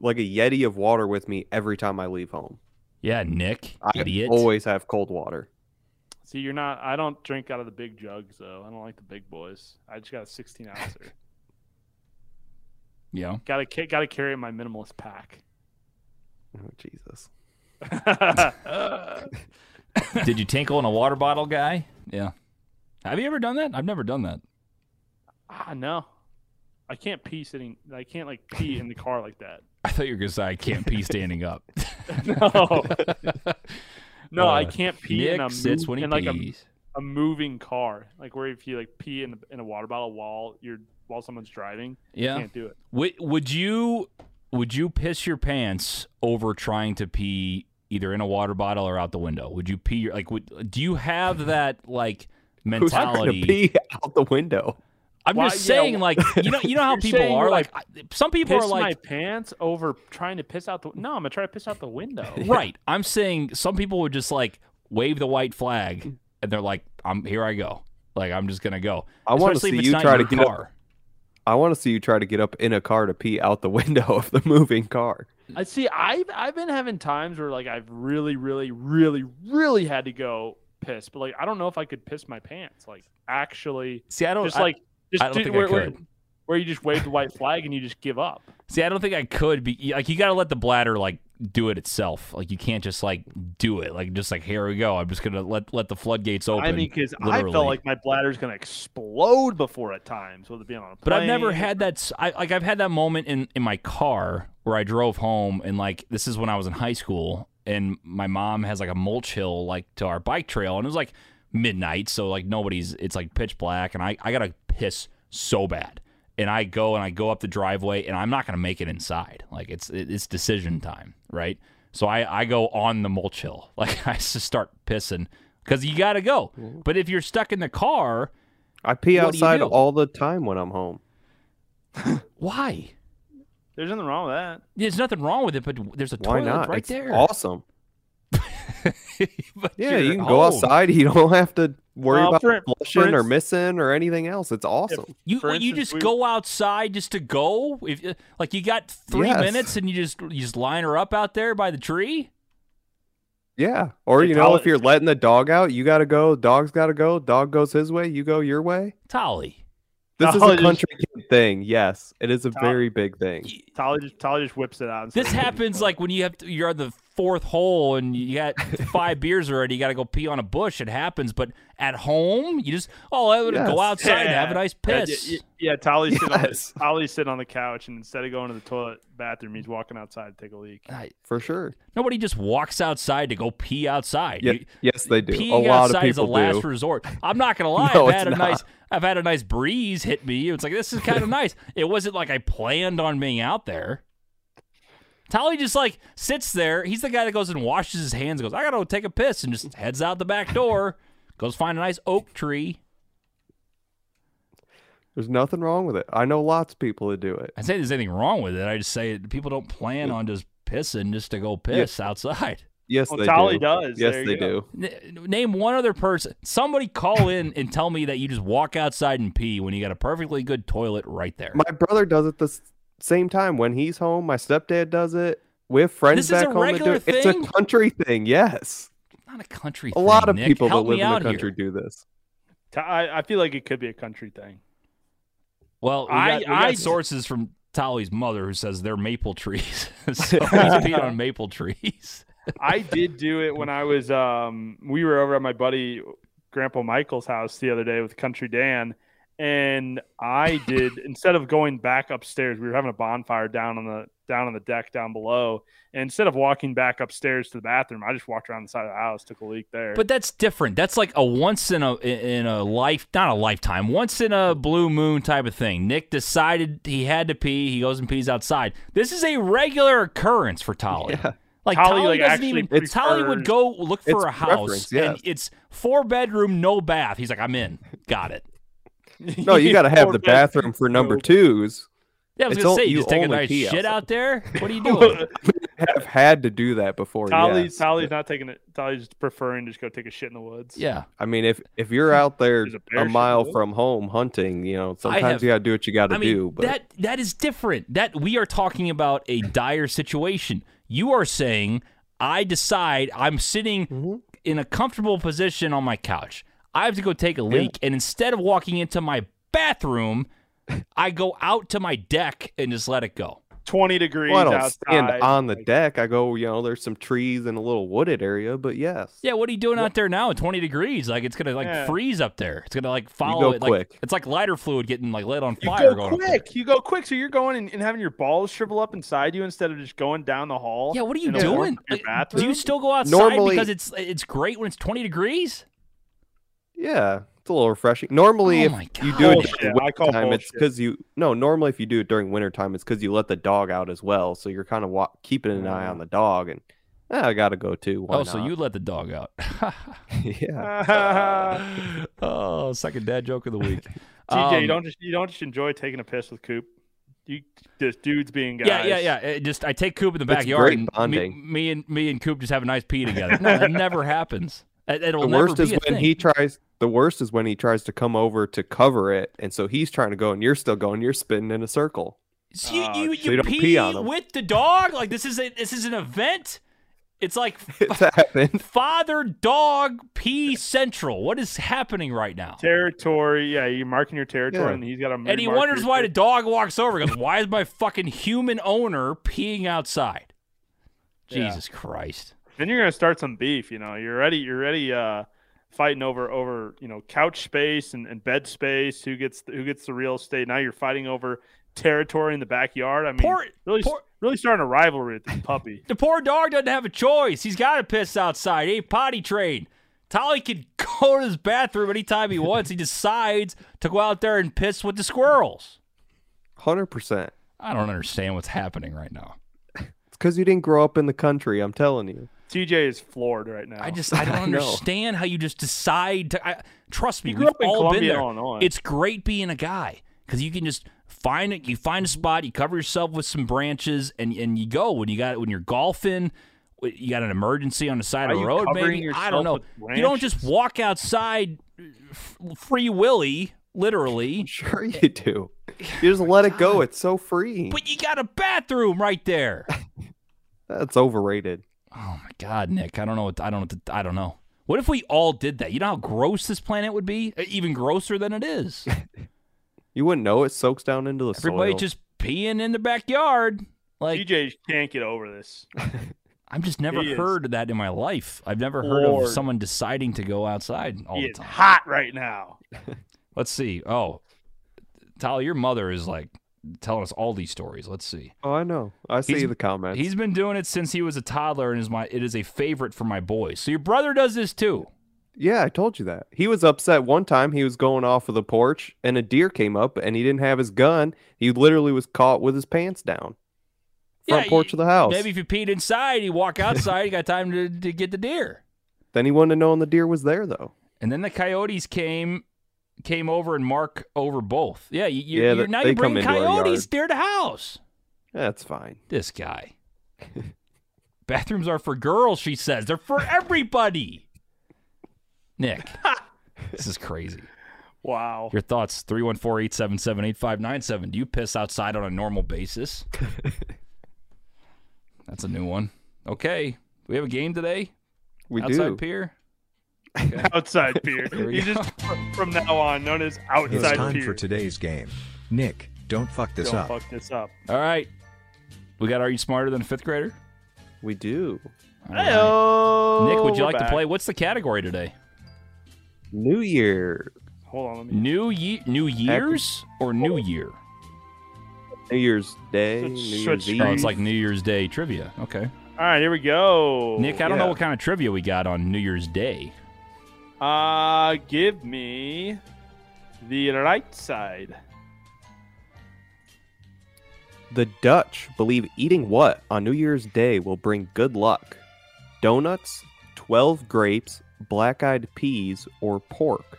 Speaker 5: like a yeti of water with me every time I leave home.
Speaker 3: Yeah, Nick,
Speaker 5: I
Speaker 3: idiot.
Speaker 5: always have cold water.
Speaker 4: See, you're not. I don't drink out of the big jugs though. I don't like the big boys. I just got a 16 ouncer.
Speaker 3: Yeah.
Speaker 4: got to got to carry my minimalist pack.
Speaker 5: Oh, Jesus.
Speaker 3: Did you tinkle in a water bottle, guy? Yeah. Have you ever done that? I've never done that.
Speaker 4: ah no, I can't pee sitting. I can't like pee in the car like that.
Speaker 3: I thought you were gonna say I can't pee standing up.
Speaker 4: No, no, I
Speaker 3: Uh,
Speaker 4: can't pee
Speaker 3: Nick
Speaker 4: in a
Speaker 3: sits
Speaker 4: move-
Speaker 3: when he
Speaker 4: in like a
Speaker 3: pees.
Speaker 4: a moving car, like where if you like pee in, the, in a water bottle while you're while someone's driving,
Speaker 3: yeah.
Speaker 4: can't do it.
Speaker 3: Would would you would you piss your pants over trying to pee either in a water bottle or out the window? Would you pee your like? Would do you have that like
Speaker 5: Who's not gonna
Speaker 3: mentality?
Speaker 5: pee out the window?
Speaker 3: I'm
Speaker 4: Why-
Speaker 3: just
Speaker 4: yeah,
Speaker 3: saying,
Speaker 4: wh-
Speaker 3: like you know you know how
Speaker 4: You're
Speaker 3: people
Speaker 4: saying
Speaker 3: are
Speaker 4: you're
Speaker 3: like, I- some people
Speaker 4: Piss
Speaker 3: are like
Speaker 4: my pants over trying to piss out the. No, I'm gonna try to piss out the window.
Speaker 3: right. I'm saying some people would just like wave the white flag and they're like, I'm here. I go. Like I'm just gonna go.
Speaker 5: I want to
Speaker 3: Especially if
Speaker 5: see
Speaker 3: it's
Speaker 5: you
Speaker 3: not
Speaker 5: try to
Speaker 3: your
Speaker 5: get up.
Speaker 3: car.
Speaker 5: I want to see you try to get up in a car to pee out the window of the moving car.
Speaker 4: I see. I've I've been having times where like I've really, really, really, really had to go piss, but like I don't know if I could piss my pants. Like actually,
Speaker 3: See, I don't
Speaker 4: just
Speaker 3: I-
Speaker 4: like just
Speaker 3: don't
Speaker 4: do-
Speaker 3: think I
Speaker 4: where, where,
Speaker 3: could.
Speaker 4: where you just wave the white flag and you just give up.
Speaker 3: See, I don't think I could be like you got to let the bladder like do it itself. Like you can't just like do it. Like just like here we go. I'm just gonna let let the floodgates open.
Speaker 4: I mean, because I felt
Speaker 3: literally.
Speaker 4: like my bladder's gonna explode before at times, whether it being on a plane.
Speaker 3: But I've never had that. s- I like I've had that moment in in my car where I drove home and like this is when I was in high school and my mom has like a mulch hill like to our bike trail and it was like midnight so like nobody's it's like pitch black and I I gotta piss so bad and I go and I go up the driveway and I'm not gonna make it inside like it's it- it's decision time right so I I go on the mulch hill like I just start pissing because you gotta go but if you're stuck in the car
Speaker 5: I pee
Speaker 3: What do you
Speaker 5: outside
Speaker 3: do?
Speaker 5: all the time when I'm home.
Speaker 3: Why?
Speaker 4: There's nothing wrong with that.
Speaker 3: There's nothing wrong with it, but there's a
Speaker 5: Why
Speaker 3: toilet
Speaker 5: not?
Speaker 3: right
Speaker 5: it's
Speaker 3: there.
Speaker 5: awesome.
Speaker 3: But
Speaker 5: Yeah,
Speaker 3: you're
Speaker 5: you can
Speaker 3: at
Speaker 5: go
Speaker 3: home.
Speaker 5: outside. You don't have to worry
Speaker 4: Well,
Speaker 5: about
Speaker 4: for- for
Speaker 5: flushing or
Speaker 4: ins-
Speaker 5: missing or anything else. It's awesome.
Speaker 3: You
Speaker 4: For
Speaker 3: well, you
Speaker 4: instance,
Speaker 3: just
Speaker 4: we-
Speaker 3: go outside just to go. If uh, like you got three
Speaker 5: Yes.
Speaker 3: minutes and you just you just line her up out there by the tree.
Speaker 5: Yeah. Or
Speaker 4: It's
Speaker 5: you know,
Speaker 4: all-
Speaker 5: if you're letting the dog out, you gotta go. Dog's gotta go. Dog goes his way. You go your way.
Speaker 3: Tolly,
Speaker 5: This is
Speaker 4: Dog
Speaker 5: a
Speaker 4: is-
Speaker 5: country kid thing. Yes, it is a
Speaker 4: Dog-
Speaker 5: very big thing.
Speaker 4: Tolly just Tolly just whips it out. and
Speaker 3: this
Speaker 4: says,
Speaker 3: happens like when you have to, you're on the fourth hole and you got five beers already. You got to go pee on a bush. It happens, but at home you just oh I would
Speaker 5: Yes.
Speaker 3: go outside and have a nice
Speaker 4: Yeah,
Speaker 3: piss.
Speaker 4: Yeah, yeah, yeah, Tolly's sitting on
Speaker 5: Yes.
Speaker 4: the, Tolly's sitting on the couch, and instead of going to the toilet bathroom, he's walking outside to take a leak.
Speaker 5: For sure.
Speaker 3: Nobody just walks outside to go pee outside.
Speaker 5: Yeah,
Speaker 3: You-
Speaker 5: yes, they do.
Speaker 3: Peeing
Speaker 5: A lot of
Speaker 3: outside is a
Speaker 5: people
Speaker 3: last
Speaker 5: do.
Speaker 3: resort. I'm not gonna lie.
Speaker 5: No,
Speaker 3: I've had a
Speaker 5: it's not.
Speaker 3: nice, I've had a nice breeze hit me. It's like this is kind of nice. It wasn't like I planned on being out there. Tolly just like sits there. He's the guy that goes and washes his hands. and Goes, I gotta go take a piss, and just heads out the back door. goes find a nice oak tree.
Speaker 5: There's nothing wrong with it. I know lots of people that do it.
Speaker 3: I say there's anything wrong with it. I just say people don't plan on just pissing just to go piss outside.
Speaker 5: Yes,
Speaker 4: Well,
Speaker 5: they
Speaker 4: Tolly
Speaker 5: do.
Speaker 4: does.
Speaker 5: Yes,
Speaker 4: There
Speaker 5: they
Speaker 4: you go.
Speaker 5: do.
Speaker 3: N- name one other person. Somebody call in and tell me that you just walk outside and pee when you got a perfectly good toilet right there.
Speaker 5: My brother does it the s- same time when he's home. My stepdad does it. We have friends
Speaker 3: This is a
Speaker 5: back home that do
Speaker 3: regular
Speaker 5: it. It's a
Speaker 3: thing?
Speaker 5: country thing. Yes,
Speaker 3: not a country.
Speaker 5: a lot
Speaker 3: thing,
Speaker 5: of
Speaker 3: Nick.
Speaker 5: people
Speaker 3: Help
Speaker 5: that live
Speaker 3: me
Speaker 5: in the
Speaker 3: out
Speaker 5: country
Speaker 3: Here.
Speaker 5: do this.
Speaker 4: To- I, I feel like it could be a country thing.
Speaker 3: Well, we
Speaker 4: I-
Speaker 3: got, we got
Speaker 4: I-
Speaker 3: sources from Tolly's mother who says they're maple trees. so he's peeing on maple trees.
Speaker 4: I did do it when I was um we were over at my buddy Grandpa Michael's house the other day with Country Dan and I did instead of going back upstairs, we were having a bonfire down on the down on the deck down below. And instead of walking back upstairs to the bathroom, I just walked around the side of the house, took a leak there.
Speaker 3: But that's different. That's like a once in a in a life, not a lifetime, once in a blue moon type of thing. Nick decided he had to pee. He goes and pees outside. This is a regular occurrence for Tolly. Like
Speaker 4: Tolly,
Speaker 3: Tolly,
Speaker 4: like,
Speaker 3: doesn't
Speaker 4: actually
Speaker 3: even.
Speaker 4: prefers-
Speaker 3: Tolly would go look for
Speaker 5: It's
Speaker 3: a house,
Speaker 5: preference, yes.
Speaker 3: and it's four bedroom, no bath. He's like, I'm in. Got it.
Speaker 5: No, you got to have
Speaker 4: Or
Speaker 5: the
Speaker 4: just-
Speaker 5: bathroom for number twos.
Speaker 3: Yeah, I was
Speaker 5: It's
Speaker 3: gonna
Speaker 5: all-
Speaker 3: say you
Speaker 5: you
Speaker 3: just take a
Speaker 5: only
Speaker 3: nice
Speaker 5: pee
Speaker 3: shit
Speaker 5: outside.
Speaker 3: out there. What are you doing?
Speaker 5: I've had to do that before.
Speaker 4: Tolly's
Speaker 5: yes.
Speaker 4: Tolly's not taking it Tolly's just preferring to just go take a shit in the woods.
Speaker 3: yeah,
Speaker 5: I mean, if if you're out there
Speaker 4: There's a
Speaker 5: a,
Speaker 4: bear shit
Speaker 5: mile
Speaker 4: hole.
Speaker 5: from home hunting, you know, sometimes
Speaker 3: have-
Speaker 5: you got to do what you got to
Speaker 3: I mean
Speaker 5: do. But
Speaker 3: that that is different. That we are talking about a dire situation. You are saying I decide I'm sitting
Speaker 4: Mm-hmm.
Speaker 3: in a comfortable position on my couch. I have to go take a leak, and instead of walking into my bathroom, I go out to my deck and just let it go.
Speaker 4: Twenty degrees
Speaker 5: well, I don't
Speaker 4: outside.
Speaker 5: stand on the deck. I go, you know, there's some trees and a little wooded area, but yes,
Speaker 3: Yeah, what are you doing out there now at 20 degrees? Like it's gonna like
Speaker 4: Yeah.
Speaker 3: freeze up there. It's gonna like follow
Speaker 5: go
Speaker 3: it.
Speaker 5: quick.
Speaker 3: Like it's like lighter fluid getting like lit on
Speaker 4: You
Speaker 3: fire.
Speaker 4: go
Speaker 3: going up there.
Speaker 4: quick. You go quick. So you're going and, and having your balls shrivel up inside you instead of just going down the hall.
Speaker 3: Yeah, what are you
Speaker 4: in a warm-
Speaker 3: doing?
Speaker 4: your
Speaker 3: Like, do
Speaker 4: bathroom?
Speaker 3: you still go outside
Speaker 5: Normally-
Speaker 3: because it's it's great when it's 20 degrees?
Speaker 5: yeah, it's a little refreshing. Normally,
Speaker 3: Oh
Speaker 5: if
Speaker 3: my
Speaker 5: you do it
Speaker 4: Bullshit.
Speaker 5: during
Speaker 4: I call
Speaker 5: wintertime, it's
Speaker 4: bullshit.
Speaker 5: because you no. Normally, if you do it during wintertime, it's because you let the dog out as well, so you're kind of wa- keeping an eye on the dog and. "Ah, I gotta go too. Why
Speaker 3: oh, so
Speaker 5: not?"
Speaker 3: you let the dog out.
Speaker 5: yeah.
Speaker 3: oh, second dad joke of the week.
Speaker 4: TJ,
Speaker 3: Um,
Speaker 4: you don't just you don't just enjoy taking a piss with Coop. You just dudes being guys.
Speaker 3: Yeah, yeah, yeah. It just I take Coop in the
Speaker 5: It's
Speaker 3: backyard.
Speaker 5: great
Speaker 3: and me- Me,
Speaker 5: bonding.
Speaker 3: and me and Coop just have a nice pee together. No, that never happens. It, it'll
Speaker 5: the
Speaker 3: never
Speaker 5: worst
Speaker 3: be
Speaker 5: is
Speaker 3: a
Speaker 5: when
Speaker 3: thing.
Speaker 5: he tries the worst is when he tries to come over to cover it and so he's trying to go and you're still going you're spinning in a circle
Speaker 3: So you,
Speaker 4: Oh,
Speaker 3: you,
Speaker 5: Ah, so you
Speaker 3: you
Speaker 5: don't
Speaker 3: pee,
Speaker 5: pee on him.
Speaker 3: with the dog? Like this is a, this is an event. It's like
Speaker 5: it's happened
Speaker 3: father dog pee central. What is happening right now?
Speaker 4: Territory. Yeah, you're marking your territory,
Speaker 5: Yeah.
Speaker 4: and he's got a.
Speaker 3: And he
Speaker 4: mark
Speaker 3: wonders
Speaker 4: your
Speaker 3: why the
Speaker 4: territory.
Speaker 3: dog walks over. He Goes, why is my fucking human owner peeing outside?
Speaker 4: Yeah.
Speaker 3: Jesus Christ!
Speaker 4: Then you're gonna start some beef. You know, you're ready. You're ready. Uh, fighting over over you know couch space and, and bed space. Who gets who gets the real estate? Now you're fighting over territory in the backyard. I mean,
Speaker 3: Poor-
Speaker 4: really
Speaker 3: poor-
Speaker 4: really starting a rivalry with this puppy.
Speaker 3: The poor dog doesn't have a choice. He's got to piss outside. He ain't potty trained. Tolly can go to his bathroom anytime he wants. he decides to go out there and piss with the squirrels.
Speaker 5: 100% it's
Speaker 3: I don't understand what's happening right now.
Speaker 5: because you didn't grow up in the country i'm telling you
Speaker 4: TJ is floored right now.
Speaker 3: I just I don't
Speaker 5: I know.
Speaker 3: understand how you just decide to. I, trust me,
Speaker 4: He grew
Speaker 3: we've
Speaker 4: up in
Speaker 3: all been
Speaker 4: Columbia,
Speaker 3: there.
Speaker 4: Illinois.
Speaker 3: It's great being a guy because you can just find it. You find a spot, you cover yourself with some branches, and and you go. When you got when you're golfing, wh- you got an emergency on the side of
Speaker 4: Are
Speaker 3: the
Speaker 4: you
Speaker 3: road.
Speaker 4: covering
Speaker 3: Maybe I
Speaker 4: yourself
Speaker 3: don't know.
Speaker 4: with
Speaker 3: You don't just walk outside, f- free willy, literally.
Speaker 5: Sure you do. You just let it go. It's so free.
Speaker 3: Oh But you got a bathroom right there.
Speaker 5: That's overrated.
Speaker 3: Oh my God, Nick! I don't know. What, I don't. I don't know. What if we all did that? You know how gross this planet would be. Uh, Even grosser than it is.
Speaker 5: You wouldn't know it soaks down into the
Speaker 3: Everybody
Speaker 5: soil.
Speaker 3: just peeing in the backyard. Like
Speaker 4: TJ can't get over this.
Speaker 3: I've just never
Speaker 4: he is-
Speaker 3: heard of that in my life. I've never heard
Speaker 4: Lord.
Speaker 3: of someone deciding to go outside all
Speaker 4: He
Speaker 3: the
Speaker 4: is
Speaker 3: time.
Speaker 4: hot right now.
Speaker 3: Let's see. Oh, Tyler, your mother is like telling us all these stories. Let's see.
Speaker 5: Oh, I know. I see
Speaker 3: He's-
Speaker 5: the comments.
Speaker 3: He's been doing it since he was a toddler, and is my it is a favorite for my boys. So your brother does this too.
Speaker 5: Yeah, I told you that. He was upset one time. He was going off of the porch and a deer came up and he didn't have his gun. He literally was caught with his pants down. Front
Speaker 3: Yeah,
Speaker 5: porch
Speaker 3: you-
Speaker 5: of the house.
Speaker 3: Maybe if you peed inside, you walk outside, you got time to, to get the deer.
Speaker 5: Then he wouldn't have known the deer was there though.
Speaker 3: And then the coyotes came came over and mark over both. Yeah, you, you,
Speaker 5: Yeah,
Speaker 3: you're,
Speaker 5: they-
Speaker 3: now
Speaker 5: they
Speaker 3: you bring
Speaker 5: come into our
Speaker 3: coyotes near the house.
Speaker 5: That's fine.
Speaker 3: This guy. Bathrooms are for girls, she says. They're for everybody. Nick, this is crazy.
Speaker 4: Wow.
Speaker 3: Your thoughts 314 877 8597. Do you piss outside on a normal basis? That's a new one. Okay. We have a game today?
Speaker 5: We
Speaker 3: outside
Speaker 5: do.
Speaker 3: pier?
Speaker 4: Outside beer.
Speaker 3: we
Speaker 4: He's
Speaker 3: go.
Speaker 4: just from now on known as
Speaker 2: It's
Speaker 4: outside
Speaker 2: time
Speaker 4: beer.
Speaker 2: for today's game. Nick, don't fuck this
Speaker 4: Don't
Speaker 2: up.
Speaker 4: fuck this up.
Speaker 3: All right. We got Are You Smarter Than a Fifth Grader?
Speaker 5: we do.
Speaker 3: All right.
Speaker 4: Hey-o,
Speaker 3: Nick, would you
Speaker 4: Oh, we're
Speaker 3: like to
Speaker 4: back.
Speaker 3: play? What's the category today?
Speaker 5: New Year.
Speaker 4: Hold on, let me.
Speaker 3: New year, New Year's or New Year? Oh,
Speaker 5: New Year's Day.
Speaker 4: Such-
Speaker 5: New
Speaker 4: such
Speaker 5: Year's Eve.
Speaker 4: New
Speaker 3: Oh, it's like New Year's Day trivia. Okay,
Speaker 4: All right, here we go.
Speaker 3: Nick, I don't know
Speaker 5: yeah.
Speaker 3: what kind of trivia we got on New Year's Day.
Speaker 4: Uh, give me the right side.
Speaker 5: the Dutch believe eating what on New Year's Day will bring good luck. Donuts, twelve grapes, black eyed peas, or pork.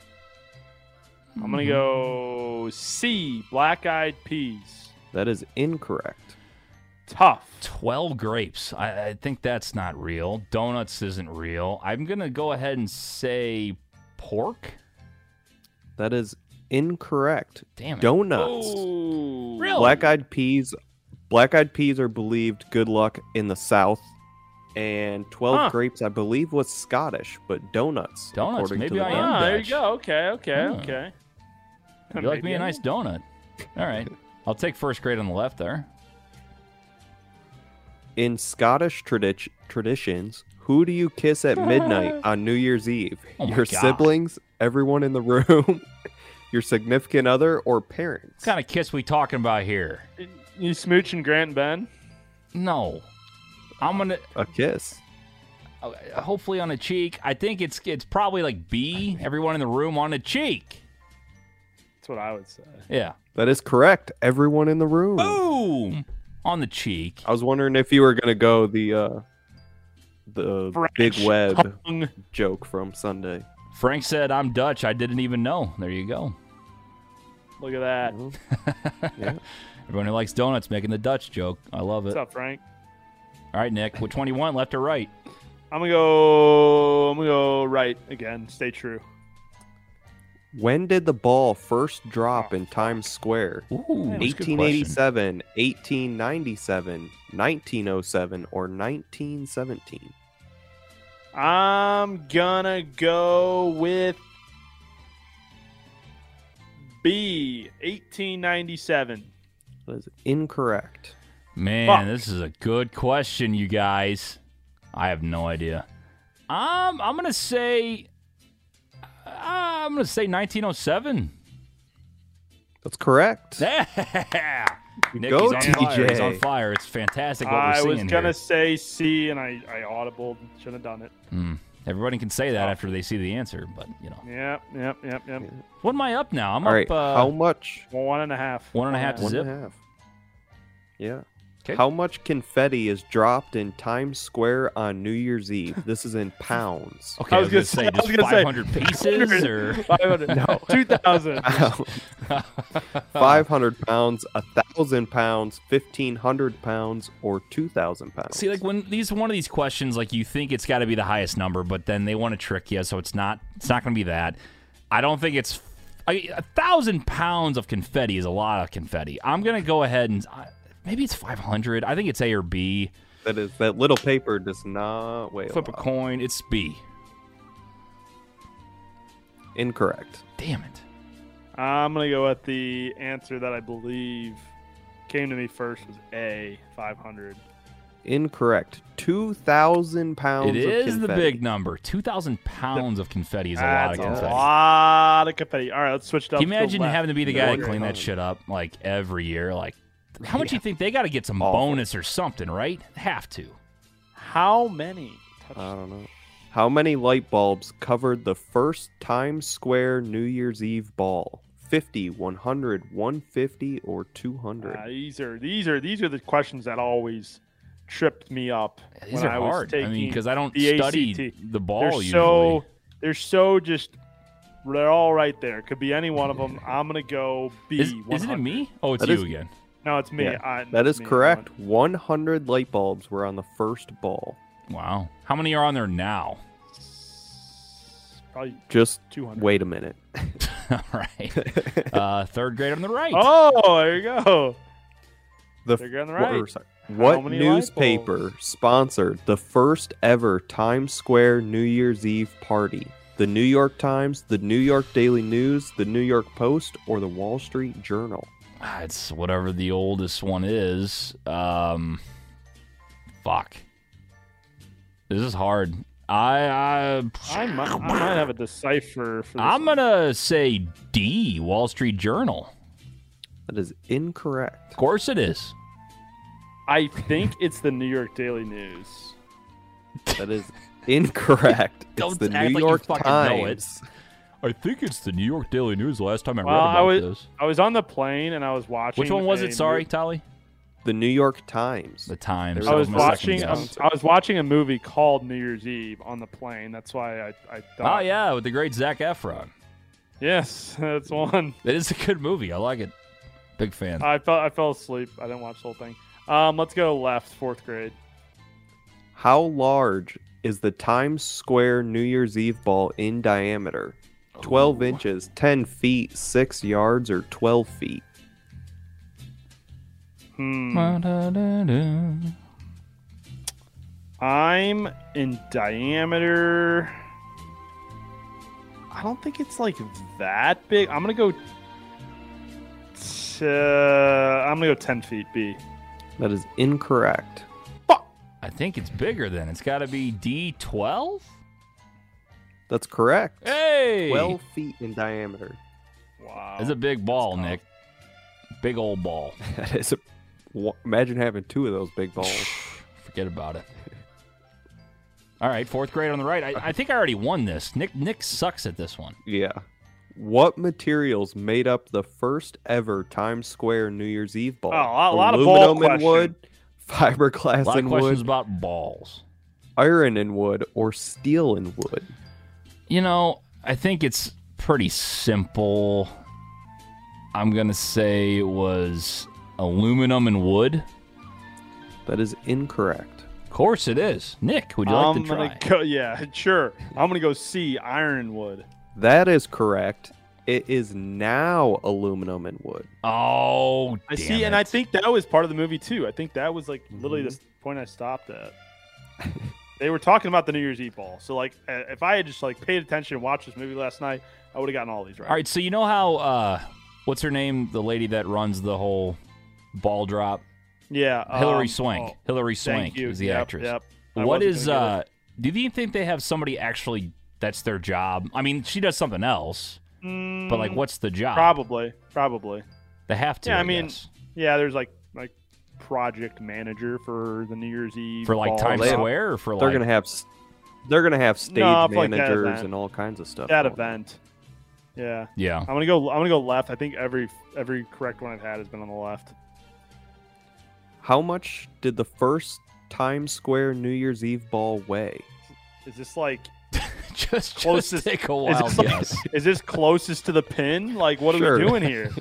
Speaker 4: I'm gonna
Speaker 3: Mm-hmm.
Speaker 4: go C. Black eyed peas.
Speaker 5: That is incorrect.
Speaker 4: Tough.
Speaker 3: Twelve grapes. I, I think that's not real. Donuts isn't real. I'm gonna go ahead and say pork.
Speaker 5: That is incorrect.
Speaker 3: Damn it.
Speaker 5: Donuts.
Speaker 3: Really?
Speaker 5: Black eyed peas. Black eyed peas are believed good luck in the South. And 12
Speaker 4: Huh.
Speaker 5: grapes, I believe, was Scottish, but donuts.
Speaker 3: Donuts,
Speaker 5: according
Speaker 3: maybe
Speaker 5: to the
Speaker 3: I
Speaker 5: Dutch.
Speaker 3: am
Speaker 4: Ah, there
Speaker 3: Dutch.
Speaker 4: you go. Okay, okay,
Speaker 3: Hmm.
Speaker 4: okay.
Speaker 3: You like me
Speaker 4: Maybe
Speaker 3: a
Speaker 4: I
Speaker 3: nice donut. All right, I'll take first grade on the left there.
Speaker 5: In Scottish tradi- traditions, who do you kiss at midnight on New Year's Eve?
Speaker 3: Oh my
Speaker 5: your
Speaker 3: God.
Speaker 5: siblings, everyone in the room, your significant other, or parents?
Speaker 3: What kind of kiss we talking about here?
Speaker 4: You- You smooching Grant and Ben?
Speaker 3: No, I'm gonna.
Speaker 5: A kiss.
Speaker 3: Uh, hopefully on the cheek. I think it's it's probably like B. Everyone in the room on the cheek.
Speaker 4: That's what I would say.
Speaker 3: Yeah.
Speaker 5: That is correct. Everyone in the room.
Speaker 3: Boom. On the cheek.
Speaker 5: I was wondering if you were gonna go the uh the big
Speaker 4: French
Speaker 5: web
Speaker 4: tongue.
Speaker 5: joke from Sunday.
Speaker 3: Frank said, "I'm Dutch. I didn't even know." There you go.
Speaker 4: Look at that.
Speaker 3: Everyone who likes donuts making the Dutch joke. I love it.
Speaker 4: What's up, Frank?
Speaker 3: All right, Nick. Which one you want, left or right?
Speaker 4: I'm gonna go. I'm gonna go right again. Stay true.
Speaker 5: When did the ball first drop in Times Square?
Speaker 3: Ooh, that's a good question.
Speaker 5: 1887, 1897, 1907, or 1917?
Speaker 4: I'm gonna go with B. 1897.
Speaker 5: That is incorrect.
Speaker 3: Man,
Speaker 4: Fuck.
Speaker 3: this is a good question, you guys. I have no idea. Um, I'm gonna say, uh, I'm gonna say 1907.
Speaker 5: That's correct.
Speaker 3: Yeah. Nick,
Speaker 5: go,
Speaker 3: he's on fire. He's
Speaker 5: TJ.
Speaker 3: on fire. It's fantastic what
Speaker 4: I
Speaker 3: we're
Speaker 4: was
Speaker 3: seeing
Speaker 4: gonna
Speaker 3: here.
Speaker 4: say C, and I I audibled. Should have done it.
Speaker 3: Everybody can say
Speaker 4: Oh.
Speaker 3: that after they see the answer, but you know.
Speaker 4: Yep, yep, yep, yep.
Speaker 3: What am I up now? I'm
Speaker 5: All
Speaker 3: up
Speaker 5: right.
Speaker 3: uh,
Speaker 5: How much?
Speaker 4: Well, one and a half.
Speaker 3: one and a half to
Speaker 5: One
Speaker 3: zip.
Speaker 5: and a half. Yeah.
Speaker 3: Okay.
Speaker 5: How much confetti is dropped in Times Square on New Year's Eve? This is in pounds.
Speaker 3: Okay, I was, gonna say,
Speaker 4: I was
Speaker 3: just
Speaker 4: gonna say,
Speaker 3: 500 pieces, or
Speaker 4: 500, no, 2,000.
Speaker 3: Oh,
Speaker 5: Five hundred pounds, a thousand pounds, fifteen hundred pounds, or two thousand pounds.
Speaker 3: See, like when these one of these questions, like you think it's got to be the highest number, but then they want to trick you, so it's not. It's not going to be that. I don't think it's I- a thousand pounds of confetti is a lot of confetti. I'm going to go ahead and I- maybe it's 500. I think it's A or B.
Speaker 5: that is that little paper does not weigh.
Speaker 3: Flip a
Speaker 5: lot.
Speaker 3: coin. It's B.
Speaker 5: Incorrect.
Speaker 3: Damn it.
Speaker 4: I'm going to go with the answer that I believe came to me first was A, 500.
Speaker 5: Incorrect. Two thousand pounds.
Speaker 3: It
Speaker 5: of
Speaker 3: is the
Speaker 5: confetti.
Speaker 3: big number. 2,000 pounds of confetti is a lot of
Speaker 4: That's a
Speaker 3: confetti.
Speaker 4: lot of confetti. All right, let's switch it up.
Speaker 3: Can you imagine
Speaker 4: left.
Speaker 3: having to be the guy to
Speaker 5: Right.
Speaker 3: clean that shit up like every year? Like, how much you think they got to get some
Speaker 5: Awful.
Speaker 3: bonus or something, right? Have to.
Speaker 4: How many? touch-
Speaker 5: I don't know. How many light bulbs covered the first Times Square New Year's Eve ball? 50, 100, 150, or 200?
Speaker 4: Uh, these are these are these are the questions that always tripped me up.
Speaker 3: These
Speaker 4: when
Speaker 3: are
Speaker 4: I was
Speaker 3: hard. I mean,
Speaker 4: taking
Speaker 3: because I don't
Speaker 4: the
Speaker 3: study
Speaker 4: ACT.
Speaker 3: the ball
Speaker 4: they're
Speaker 3: usually.
Speaker 4: so they're so just they're all right there. Could be any one of them. I'm gonna go B.
Speaker 3: is, isn't
Speaker 4: 100.
Speaker 3: it me? Oh, it's
Speaker 5: That
Speaker 3: you
Speaker 5: is-
Speaker 3: again.
Speaker 4: No, it's me.
Speaker 5: Yeah,
Speaker 4: I,
Speaker 5: that
Speaker 4: it's
Speaker 5: is
Speaker 4: me.
Speaker 5: correct. 100 light bulbs were on the first ball.
Speaker 3: Wow. How many are on there now?
Speaker 4: Probably.
Speaker 5: Just
Speaker 4: 200.
Speaker 5: wait a minute.
Speaker 3: All right. Uh, third grade on the right.
Speaker 4: Oh, there you go.
Speaker 5: The
Speaker 4: They're going
Speaker 5: what- or
Speaker 4: right.
Speaker 5: sorry.
Speaker 4: How
Speaker 5: What
Speaker 4: many light
Speaker 5: newspaper sponsored the first ever Times Square New Year's Eve party? The New York Times, the New York Daily News, the New York Post, or the Wall Street Journal?
Speaker 3: Ah, It's whatever the oldest one is. Um, fuck. This is hard. I, I
Speaker 4: I might, I might have a decipher for this.
Speaker 3: I'm
Speaker 4: one.
Speaker 3: gonna say D. Wall Street Journal.
Speaker 5: That is incorrect.
Speaker 3: Of course it is.
Speaker 4: I think it's the New York Daily News.
Speaker 5: That is incorrect. it's
Speaker 3: Don't
Speaker 5: the
Speaker 3: act
Speaker 5: New
Speaker 3: like you
Speaker 5: York
Speaker 3: fucking know it.
Speaker 5: Times.
Speaker 3: I think it's the New York Daily News. Last time I
Speaker 4: Well, I was I was on the plane and I was watching.
Speaker 3: Which one was
Speaker 4: a
Speaker 3: it? Sorry,
Speaker 4: mo-
Speaker 3: Tolly.
Speaker 5: The New York Times.
Speaker 3: The Times.
Speaker 5: There
Speaker 4: I
Speaker 3: That
Speaker 4: was
Speaker 5: was
Speaker 3: my second
Speaker 4: watching.
Speaker 3: guess.
Speaker 4: Um, I was watching a movie called New Year's Eve on the plane. That's why I. I thought,
Speaker 3: Oh yeah, with the great Zach Efron.
Speaker 4: Yes, that's one.
Speaker 3: That is a good movie. I like it. Big fan.
Speaker 4: I fell. I fell asleep. I didn't watch the whole thing. Um, let's go left. Fourth grade.
Speaker 5: How large is the Times Square New Year's Eve ball in diameter? 12 inches, 10 feet, 6 yards, or 12 feet?
Speaker 4: Hmm. Um, I'm in diameter. I don't think it's like that big. I'm gonna go. T- I'm gonna go ten feet. B.
Speaker 5: That is incorrect.
Speaker 3: I think it's bigger than. It's got to be D12.
Speaker 5: That's correct.
Speaker 3: Hey,
Speaker 5: 12 feet in diameter.
Speaker 4: Wow.
Speaker 3: it's a big ball, Nick. Big old ball.
Speaker 5: That is a, wa- imagine having two of those big balls.
Speaker 3: Forget about it. All right, fourth grade on the right. I, I think I already won this. Nick Nick sucks at this one.
Speaker 5: Yeah. What materials made up the first ever Times Square New Year's Eve ball?
Speaker 4: Oh, a lot of ball
Speaker 5: Aluminum and wood,
Speaker 3: A
Speaker 5: fiberglass
Speaker 3: lot of
Speaker 5: and
Speaker 3: questions
Speaker 5: wood,
Speaker 3: about balls.
Speaker 5: iron and wood, or steel and wood.
Speaker 3: You know, I think it's pretty simple. I'm gonna say it was aluminum and wood.
Speaker 5: That is incorrect.
Speaker 3: Of course it is. Nick, would you like
Speaker 4: I'm
Speaker 3: to try?
Speaker 4: gonna go. Yeah, sure. I'm gonna go C. Ironwood.
Speaker 5: That is correct. It is now aluminum and wood.
Speaker 3: Oh,
Speaker 4: I
Speaker 3: damn
Speaker 4: see,
Speaker 3: it. Mm-hmm.
Speaker 4: and I think that was part of the movie too. I think that was like literally the point I stopped at. they were talking about the New Year's Eve ball, so like uh, if I had just like paid attention and watched this movie last night, I would have gotten all these right.
Speaker 3: All right, so you know how uh, what's her name? The lady that runs the whole ball drop,
Speaker 4: Yeah,
Speaker 3: Hillary
Speaker 4: um,
Speaker 3: Swank.
Speaker 4: oh,
Speaker 3: Hillary
Speaker 4: thank
Speaker 3: Swank
Speaker 4: you.
Speaker 3: is the
Speaker 4: Yep,
Speaker 3: actress.
Speaker 4: Yep. I
Speaker 3: What
Speaker 4: wasn't
Speaker 3: is
Speaker 4: gonna get
Speaker 3: uh? Do you think they have somebody actually that's their job? I mean, she does something else,
Speaker 4: it. Mm,
Speaker 3: but like, what's the job?
Speaker 4: Probably, probably.
Speaker 3: They have to.
Speaker 4: Yeah,
Speaker 3: I,
Speaker 4: I mean,
Speaker 3: guess.
Speaker 4: Yeah, there's like like project manager for the New Year's Eve
Speaker 3: for like
Speaker 4: ball
Speaker 3: Times
Speaker 5: they-
Speaker 4: drop.
Speaker 3: Square or for
Speaker 5: They're
Speaker 3: like
Speaker 5: gonna have, s- they're gonna have stage
Speaker 4: No, for, like, that
Speaker 5: managers
Speaker 4: event.
Speaker 5: and all kinds of stuff.
Speaker 4: that
Speaker 5: going on.
Speaker 4: event. Yeah,
Speaker 3: yeah.
Speaker 4: I'm gonna go. I'm gonna go left. I think every every correct one I've had has been on the left.
Speaker 5: How much did the first Times Square New Year's Eve ball weigh?
Speaker 4: Is this like
Speaker 3: just, just
Speaker 4: Closest-
Speaker 3: take a
Speaker 4: is
Speaker 3: wild
Speaker 4: this, like-
Speaker 3: guess.
Speaker 4: is this closest to the pin? Like what are
Speaker 5: Sure.
Speaker 4: we doing here?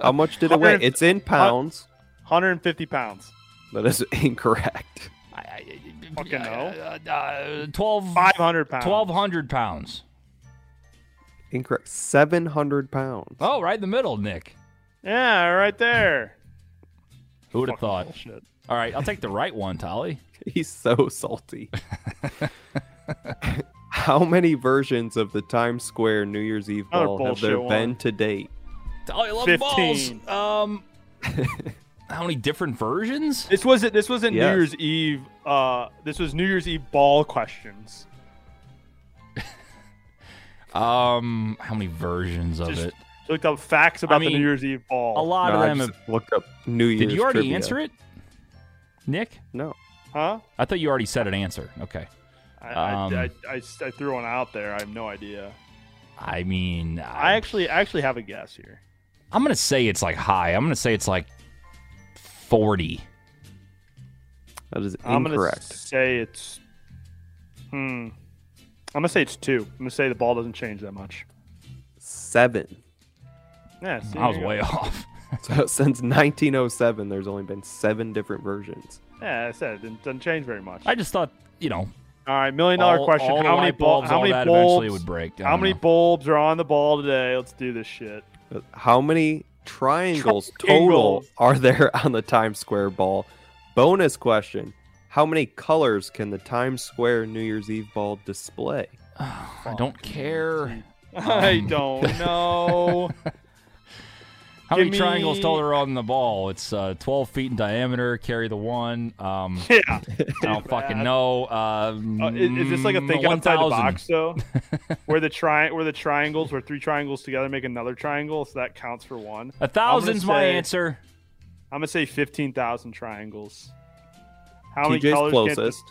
Speaker 5: How much did it weigh?
Speaker 4: Hundred-
Speaker 5: It's in pounds.
Speaker 4: 150 pounds.
Speaker 5: That is incorrect.
Speaker 3: I, I,
Speaker 4: Fucking
Speaker 3: uh, uh, uh, 12,
Speaker 4: 500 pounds.
Speaker 3: 1,200 pounds.
Speaker 5: Incorrect. 700 pounds.
Speaker 3: Oh, right in the middle, Nick.
Speaker 4: Yeah, right there.
Speaker 3: Who would have
Speaker 4: Fucking
Speaker 3: thought?
Speaker 4: bullshit.
Speaker 3: All right, I'll take the right one, Tolly.
Speaker 5: He's so salty. How many versions of the Times Square New Year's Eve
Speaker 4: Another
Speaker 5: ball have there
Speaker 4: bullshit
Speaker 5: been
Speaker 4: one.
Speaker 5: to date?
Speaker 3: Tolly love
Speaker 4: 15.
Speaker 3: balls. Um, how many different versions?
Speaker 4: This wasn't this wasn't
Speaker 5: Yes.
Speaker 4: New Year's Eve uh this was New Year's Eve ball questions.
Speaker 3: Um, how many versions of
Speaker 4: Just
Speaker 3: it?
Speaker 4: So looked up facts about the
Speaker 3: mean,
Speaker 4: New Year's Eve ball.
Speaker 3: A lot
Speaker 5: No,
Speaker 3: of
Speaker 5: I
Speaker 3: them.
Speaker 5: just
Speaker 3: Have,
Speaker 5: looked up New Year's.
Speaker 3: did you already
Speaker 5: trivia.
Speaker 3: answer it, Nick?
Speaker 5: No.
Speaker 4: Huh?
Speaker 3: I thought you already said an answer. Okay.
Speaker 4: I, I-
Speaker 3: Um,
Speaker 4: I, I, I threw one out there. I have no idea.
Speaker 3: I mean,
Speaker 4: I
Speaker 3: I,
Speaker 4: actually I actually have a guess here.
Speaker 3: I'm gonna say it's like high. I'm gonna say it's like forty.
Speaker 5: That is
Speaker 4: I'm gonna
Speaker 5: incorrect.
Speaker 4: say it's. Hmm. I'm gonna say it's two. I'm gonna say the ball doesn't change that much.
Speaker 5: Seven.
Speaker 4: Yeah, see,
Speaker 3: I was
Speaker 4: there you
Speaker 3: way
Speaker 4: go.
Speaker 3: off.
Speaker 5: So since 1907, there's only been seven different versions.
Speaker 4: Yeah, I said it didn't, doesn't change very much.
Speaker 3: I just thought, you know,
Speaker 4: all right, million dollar
Speaker 3: all-
Speaker 4: question.
Speaker 3: all the
Speaker 4: how many
Speaker 3: light
Speaker 4: bul-
Speaker 3: bulbs,
Speaker 4: How
Speaker 3: all
Speaker 4: many
Speaker 3: that eventually
Speaker 4: bulbs?
Speaker 3: would break. I
Speaker 4: How
Speaker 3: don't
Speaker 4: many
Speaker 3: know.
Speaker 4: bulbs are on the ball today? Let's do this shit.
Speaker 5: But How many triangles total
Speaker 4: Triangles.
Speaker 5: are there on the Times Square ball? Bonus question. How many colors can the Times Square New Year's Eve ball display?
Speaker 3: I don't care.
Speaker 4: I don't know.
Speaker 3: How many
Speaker 4: Give me-
Speaker 3: triangles total are on the ball? It's uh, 12 feet in diameter. Carry the one. Um,
Speaker 4: yeah.
Speaker 3: I don't fucking know. Um,
Speaker 4: Uh, is, is this like a thing
Speaker 3: mm,
Speaker 4: outside the
Speaker 3: 1,000.
Speaker 4: box though, where the tri- where the triangles, where three triangles together make another triangle, so that counts for one.
Speaker 3: A thousand's my
Speaker 4: say-
Speaker 3: answer.
Speaker 4: I'm gonna say fifteen thousand triangles. How many
Speaker 5: TJ's
Speaker 4: colors? Can't,
Speaker 5: closest.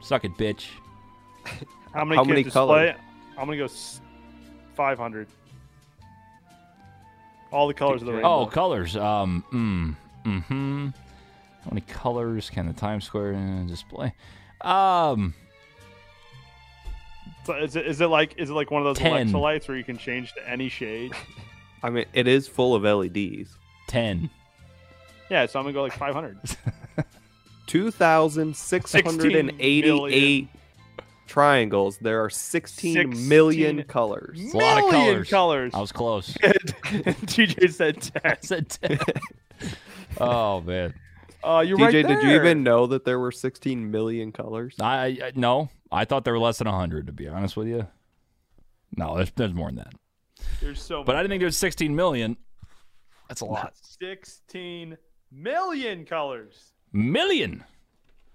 Speaker 4: dis-
Speaker 3: Suck it, bitch.
Speaker 4: how many?
Speaker 5: How
Speaker 4: can't
Speaker 5: many
Speaker 4: display?
Speaker 5: colors?
Speaker 4: I'm gonna go five hundred. All the colors of the rainbow.
Speaker 3: Oh, colors. Um, mm, mm-hmm. How many colors can the Times Square uh, display? Um,
Speaker 4: So is it, is it like is it like one of those
Speaker 3: 10.
Speaker 4: electrolytes where you can change to any shade?
Speaker 5: I mean, it is full of E LEDs.
Speaker 3: 10.
Speaker 4: Yeah, so I'm gonna go like five hundred.
Speaker 5: 2,688 triangles. There are 16
Speaker 4: Sixteen
Speaker 5: million colors.
Speaker 3: It's a lot of
Speaker 4: Million
Speaker 3: colors.
Speaker 4: colors.
Speaker 3: I was close.
Speaker 4: TJ said ten.
Speaker 3: I said 10. oh, man.
Speaker 4: Uh, you're right
Speaker 5: TJ, did you
Speaker 4: there.
Speaker 5: even know that there were 16 million colors?
Speaker 3: I, I I- No, I thought there were less than 100, to be honest with you. No, there's, there's more than that.
Speaker 4: There's so
Speaker 3: But I
Speaker 4: many.
Speaker 3: didn't think there was 16 million. That's a lot.
Speaker 4: Sixteen million colors.
Speaker 3: Million.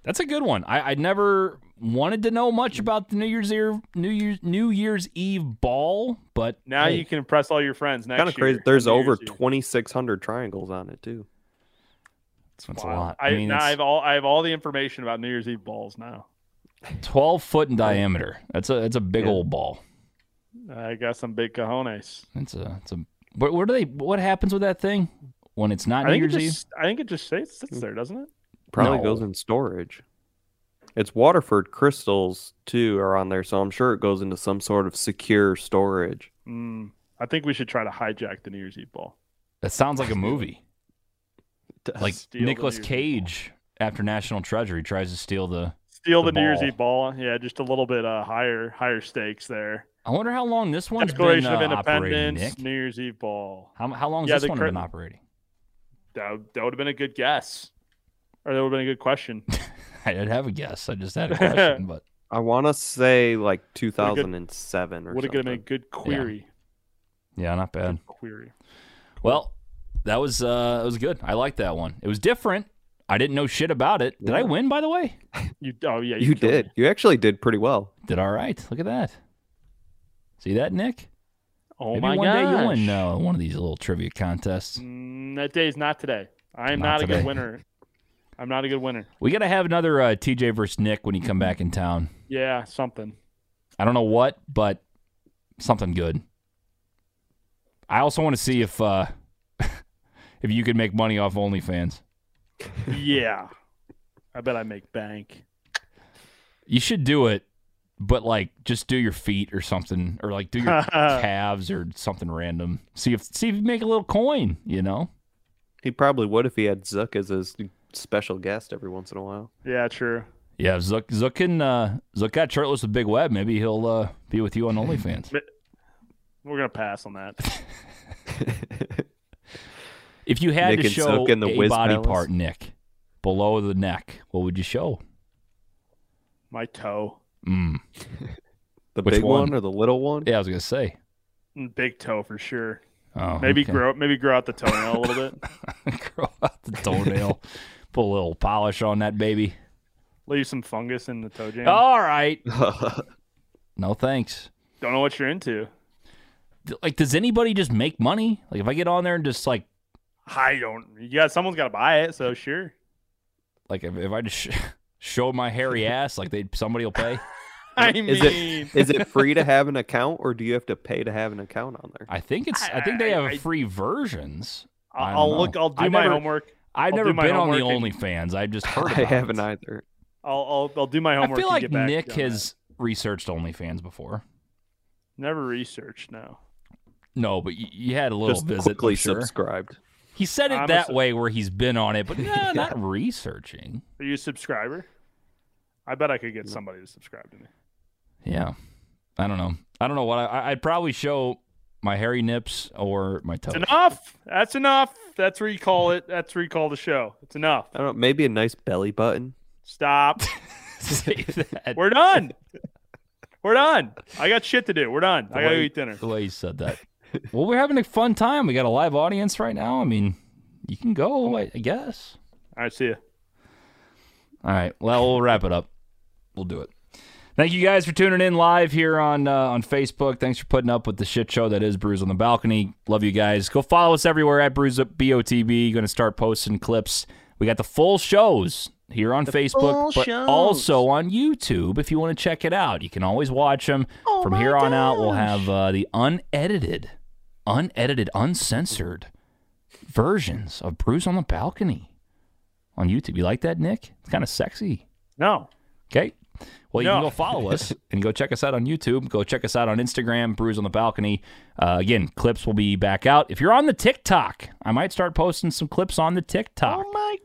Speaker 3: That's a good one. I, I never wanted to know much about the New Year's Eve New Year's New Year's Eve ball, but
Speaker 4: Now
Speaker 3: hey,
Speaker 4: you can impress all your friends next
Speaker 5: Kind of
Speaker 4: year.
Speaker 5: crazy. There's
Speaker 4: New
Speaker 5: over
Speaker 4: Year's Eve.
Speaker 5: 2,600 triangles on it, too.
Speaker 3: that's, that's
Speaker 4: Wow.
Speaker 3: a lot.
Speaker 4: I,
Speaker 3: I, mean,
Speaker 4: now I
Speaker 3: it's
Speaker 4: have all I have all the information about New Year's Eve balls now.
Speaker 3: 12 foot
Speaker 4: Oh.
Speaker 3: in diameter. That's a that's a big
Speaker 5: Yeah.
Speaker 3: old ball.
Speaker 4: I got some big cojones.
Speaker 3: That's a that's a. But what do they? What happens with that thing when it's not
Speaker 4: I
Speaker 3: New
Speaker 4: think, it
Speaker 3: Year's Eve?
Speaker 4: just, I think it just sits,
Speaker 5: Hmm.
Speaker 4: sits there, doesn't it?
Speaker 5: Probably
Speaker 3: No.
Speaker 5: goes in storage. It's Waterford crystals, too, are on there, so I'm sure it goes into some sort of secure storage.
Speaker 4: Mm, I think we should try to hijack the New Year's Eve ball.
Speaker 3: That sounds like a movie,
Speaker 5: Does-
Speaker 3: like
Speaker 4: Steal the
Speaker 3: Nicolas
Speaker 4: New Year's Eve ball.
Speaker 3: Cage after National Treasure. He tries to steal the.
Speaker 4: Steal the,
Speaker 3: The
Speaker 4: New Year's
Speaker 3: ball.
Speaker 4: Eve ball. Yeah, just a little bit uh, higher higher stakes there.
Speaker 3: I wonder how long this one's been
Speaker 4: Declaration
Speaker 3: uh,
Speaker 4: of
Speaker 3: operating.
Speaker 4: Independence,
Speaker 3: Nick,
Speaker 4: New Year's Eve ball.
Speaker 3: how how long has
Speaker 4: Yeah,
Speaker 3: this
Speaker 4: the
Speaker 3: one
Speaker 4: cur-
Speaker 3: been operating?
Speaker 4: That, would- that would have been a good guess. Or that would have been a good question.
Speaker 3: I didn't have a guess. I just had a question, but
Speaker 5: I want to say like 2007 or
Speaker 4: would have
Speaker 5: something.
Speaker 4: been a good query.
Speaker 3: yeah, not bad.
Speaker 4: Good query.
Speaker 3: Well, that was uh, that was good. I liked that one. It was different. I didn't know shit about it. Did I win? By the way,
Speaker 4: You oh yeah,
Speaker 5: You
Speaker 4: killed me.
Speaker 5: did. You actually did pretty well.
Speaker 3: did all right. Look at that. See that, Nick?
Speaker 4: Oh
Speaker 3: Maybe
Speaker 4: my
Speaker 3: one day you'll win
Speaker 4: gosh.
Speaker 3: uh, one of these little trivia contests.
Speaker 4: Mm, that day is not today. I am
Speaker 3: Not
Speaker 4: not, a
Speaker 3: today.
Speaker 4: good winner. I'm not a good winner.
Speaker 3: We gotta have another uh, TJ versus Nick when you come back in town.
Speaker 4: Yeah, something.
Speaker 3: I don't know what, but something good. I also want to see if uh, if you could make money off OnlyFans.
Speaker 4: yeah. I bet I make bank.
Speaker 3: You should do it, but like just do your feet or something, or like do your calves or something random. See if see if you make a little coin. You know.
Speaker 5: He probably would if he had Zook as his special guest every once in a while.
Speaker 4: Yeah, true.
Speaker 3: Yeah, if Zook Zook can uh, Zook got shirtless with Big Web. Maybe he'll uh, be with you on OnlyFans.
Speaker 4: We're gonna pass on that.
Speaker 3: If you had
Speaker 5: Nick
Speaker 3: to
Speaker 5: and
Speaker 3: show
Speaker 5: Zook in the
Speaker 3: a
Speaker 5: Whiz
Speaker 3: body
Speaker 5: Palace?
Speaker 3: part, Nick, below the neck, what would you show?
Speaker 4: My toe,
Speaker 3: Mm.
Speaker 5: The
Speaker 3: Which
Speaker 5: big one?
Speaker 3: one?
Speaker 5: or the little one?
Speaker 3: Yeah, I was gonna say.
Speaker 4: Mm, big toe for sure.
Speaker 3: Oh,
Speaker 4: Maybe
Speaker 3: okay.
Speaker 4: grow, maybe grow out the toenail a little bit.
Speaker 3: grow out the toenail, put a little polish on that baby.
Speaker 4: Leave some fungus in the toe jam.
Speaker 3: All right. No thanks.
Speaker 4: Don't know what you're into.
Speaker 3: D- Like, does anybody just make money? Like, if I get on there and just like,
Speaker 4: I don't. Yeah, someone's got to buy it, so sure.
Speaker 3: like if, if I just sh- show my hairy ass, like they somebody will pay.
Speaker 4: I mean,
Speaker 5: Is it is it free to have an account or do you have to pay to have an account on there?
Speaker 3: I think it's. I think they
Speaker 4: I-
Speaker 3: have
Speaker 4: I-
Speaker 3: free versions.
Speaker 4: I'll,
Speaker 3: I don't
Speaker 4: I'll
Speaker 3: know.
Speaker 4: look. I'll do
Speaker 3: I've
Speaker 4: my
Speaker 3: never-
Speaker 4: homework.
Speaker 3: I've
Speaker 4: I'll
Speaker 3: never
Speaker 4: do my
Speaker 3: been on the
Speaker 4: homework
Speaker 3: OnlyFans. I've just heard.
Speaker 5: I
Speaker 3: about
Speaker 5: haven't
Speaker 3: it.
Speaker 5: either.
Speaker 4: I'll, I'll I'll do my
Speaker 3: I
Speaker 4: homework.
Speaker 3: feel
Speaker 4: and
Speaker 3: like
Speaker 4: get back to
Speaker 3: Nick
Speaker 4: you on that.
Speaker 3: has researched OnlyFans before.
Speaker 4: never researched. No,
Speaker 3: No, but you, you had a little
Speaker 5: Just
Speaker 3: visit.
Speaker 5: quickly
Speaker 3: I'm sure.
Speaker 5: subscribed.
Speaker 3: He said it
Speaker 4: I'm a
Speaker 3: that
Speaker 4: sub-
Speaker 3: way, where he's been on it, but nah, not researching.
Speaker 4: are you a subscriber? I bet I could get somebody to subscribe to me.
Speaker 3: Yeah, I don't know. I don't know what I- I, I'd probably show my hairy nips or my toes.
Speaker 4: It's enough. That's enough. That's where you call it. That's where you call the show. It's enough.
Speaker 5: I don't know, maybe a nice belly button.
Speaker 4: Stop.
Speaker 3: Save that.
Speaker 4: We're done. We're done. I got shit to do. We're done. I gotta go eat dinner.
Speaker 3: The way you said that. well, we're having a fun time. We got a live audience right now. I mean, you can go, I I guess.
Speaker 4: All right, see ya.
Speaker 3: All right. Well, we'll wrap it up. We'll do it. Thank you guys for tuning in live here on uh, on Facebook. Thanks for putting up with the shit show that is Brews on the Balcony. Love you guys. Go follow us everywhere at Brews BOTB. Going to start posting clips. We got the full shows here on Facebook, but also on YouTube. If you want to check it out, you can always watch them. From here on out, we'll have uh, the unedited, unedited, uncensored versions of Brews on the Balcony on YouTube. You like that, Nick? It's kind of sexy.
Speaker 4: No.
Speaker 3: Okay. Well, you can
Speaker 4: No.
Speaker 3: go follow us and go check us out on YouTube. Go check us out on Instagram, Brews on the Balcony. Uh, again, clips will be back out. If you're on the TikTok, I might start posting some clips on the TikTok.
Speaker 4: Oh my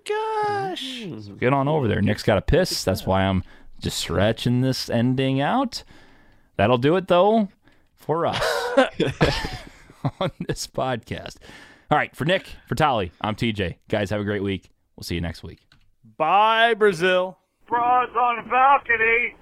Speaker 4: gosh.
Speaker 3: Get on over there. Nick's got a piss. That's why I'm just stretching this ending out. That'll do it, though, for us on this podcast. All right. For Nick, for Tolly, I'm TJ. Guys, have a great week. We'll see you next week.
Speaker 4: Bye, Brazil.
Speaker 10: Bras on balcony.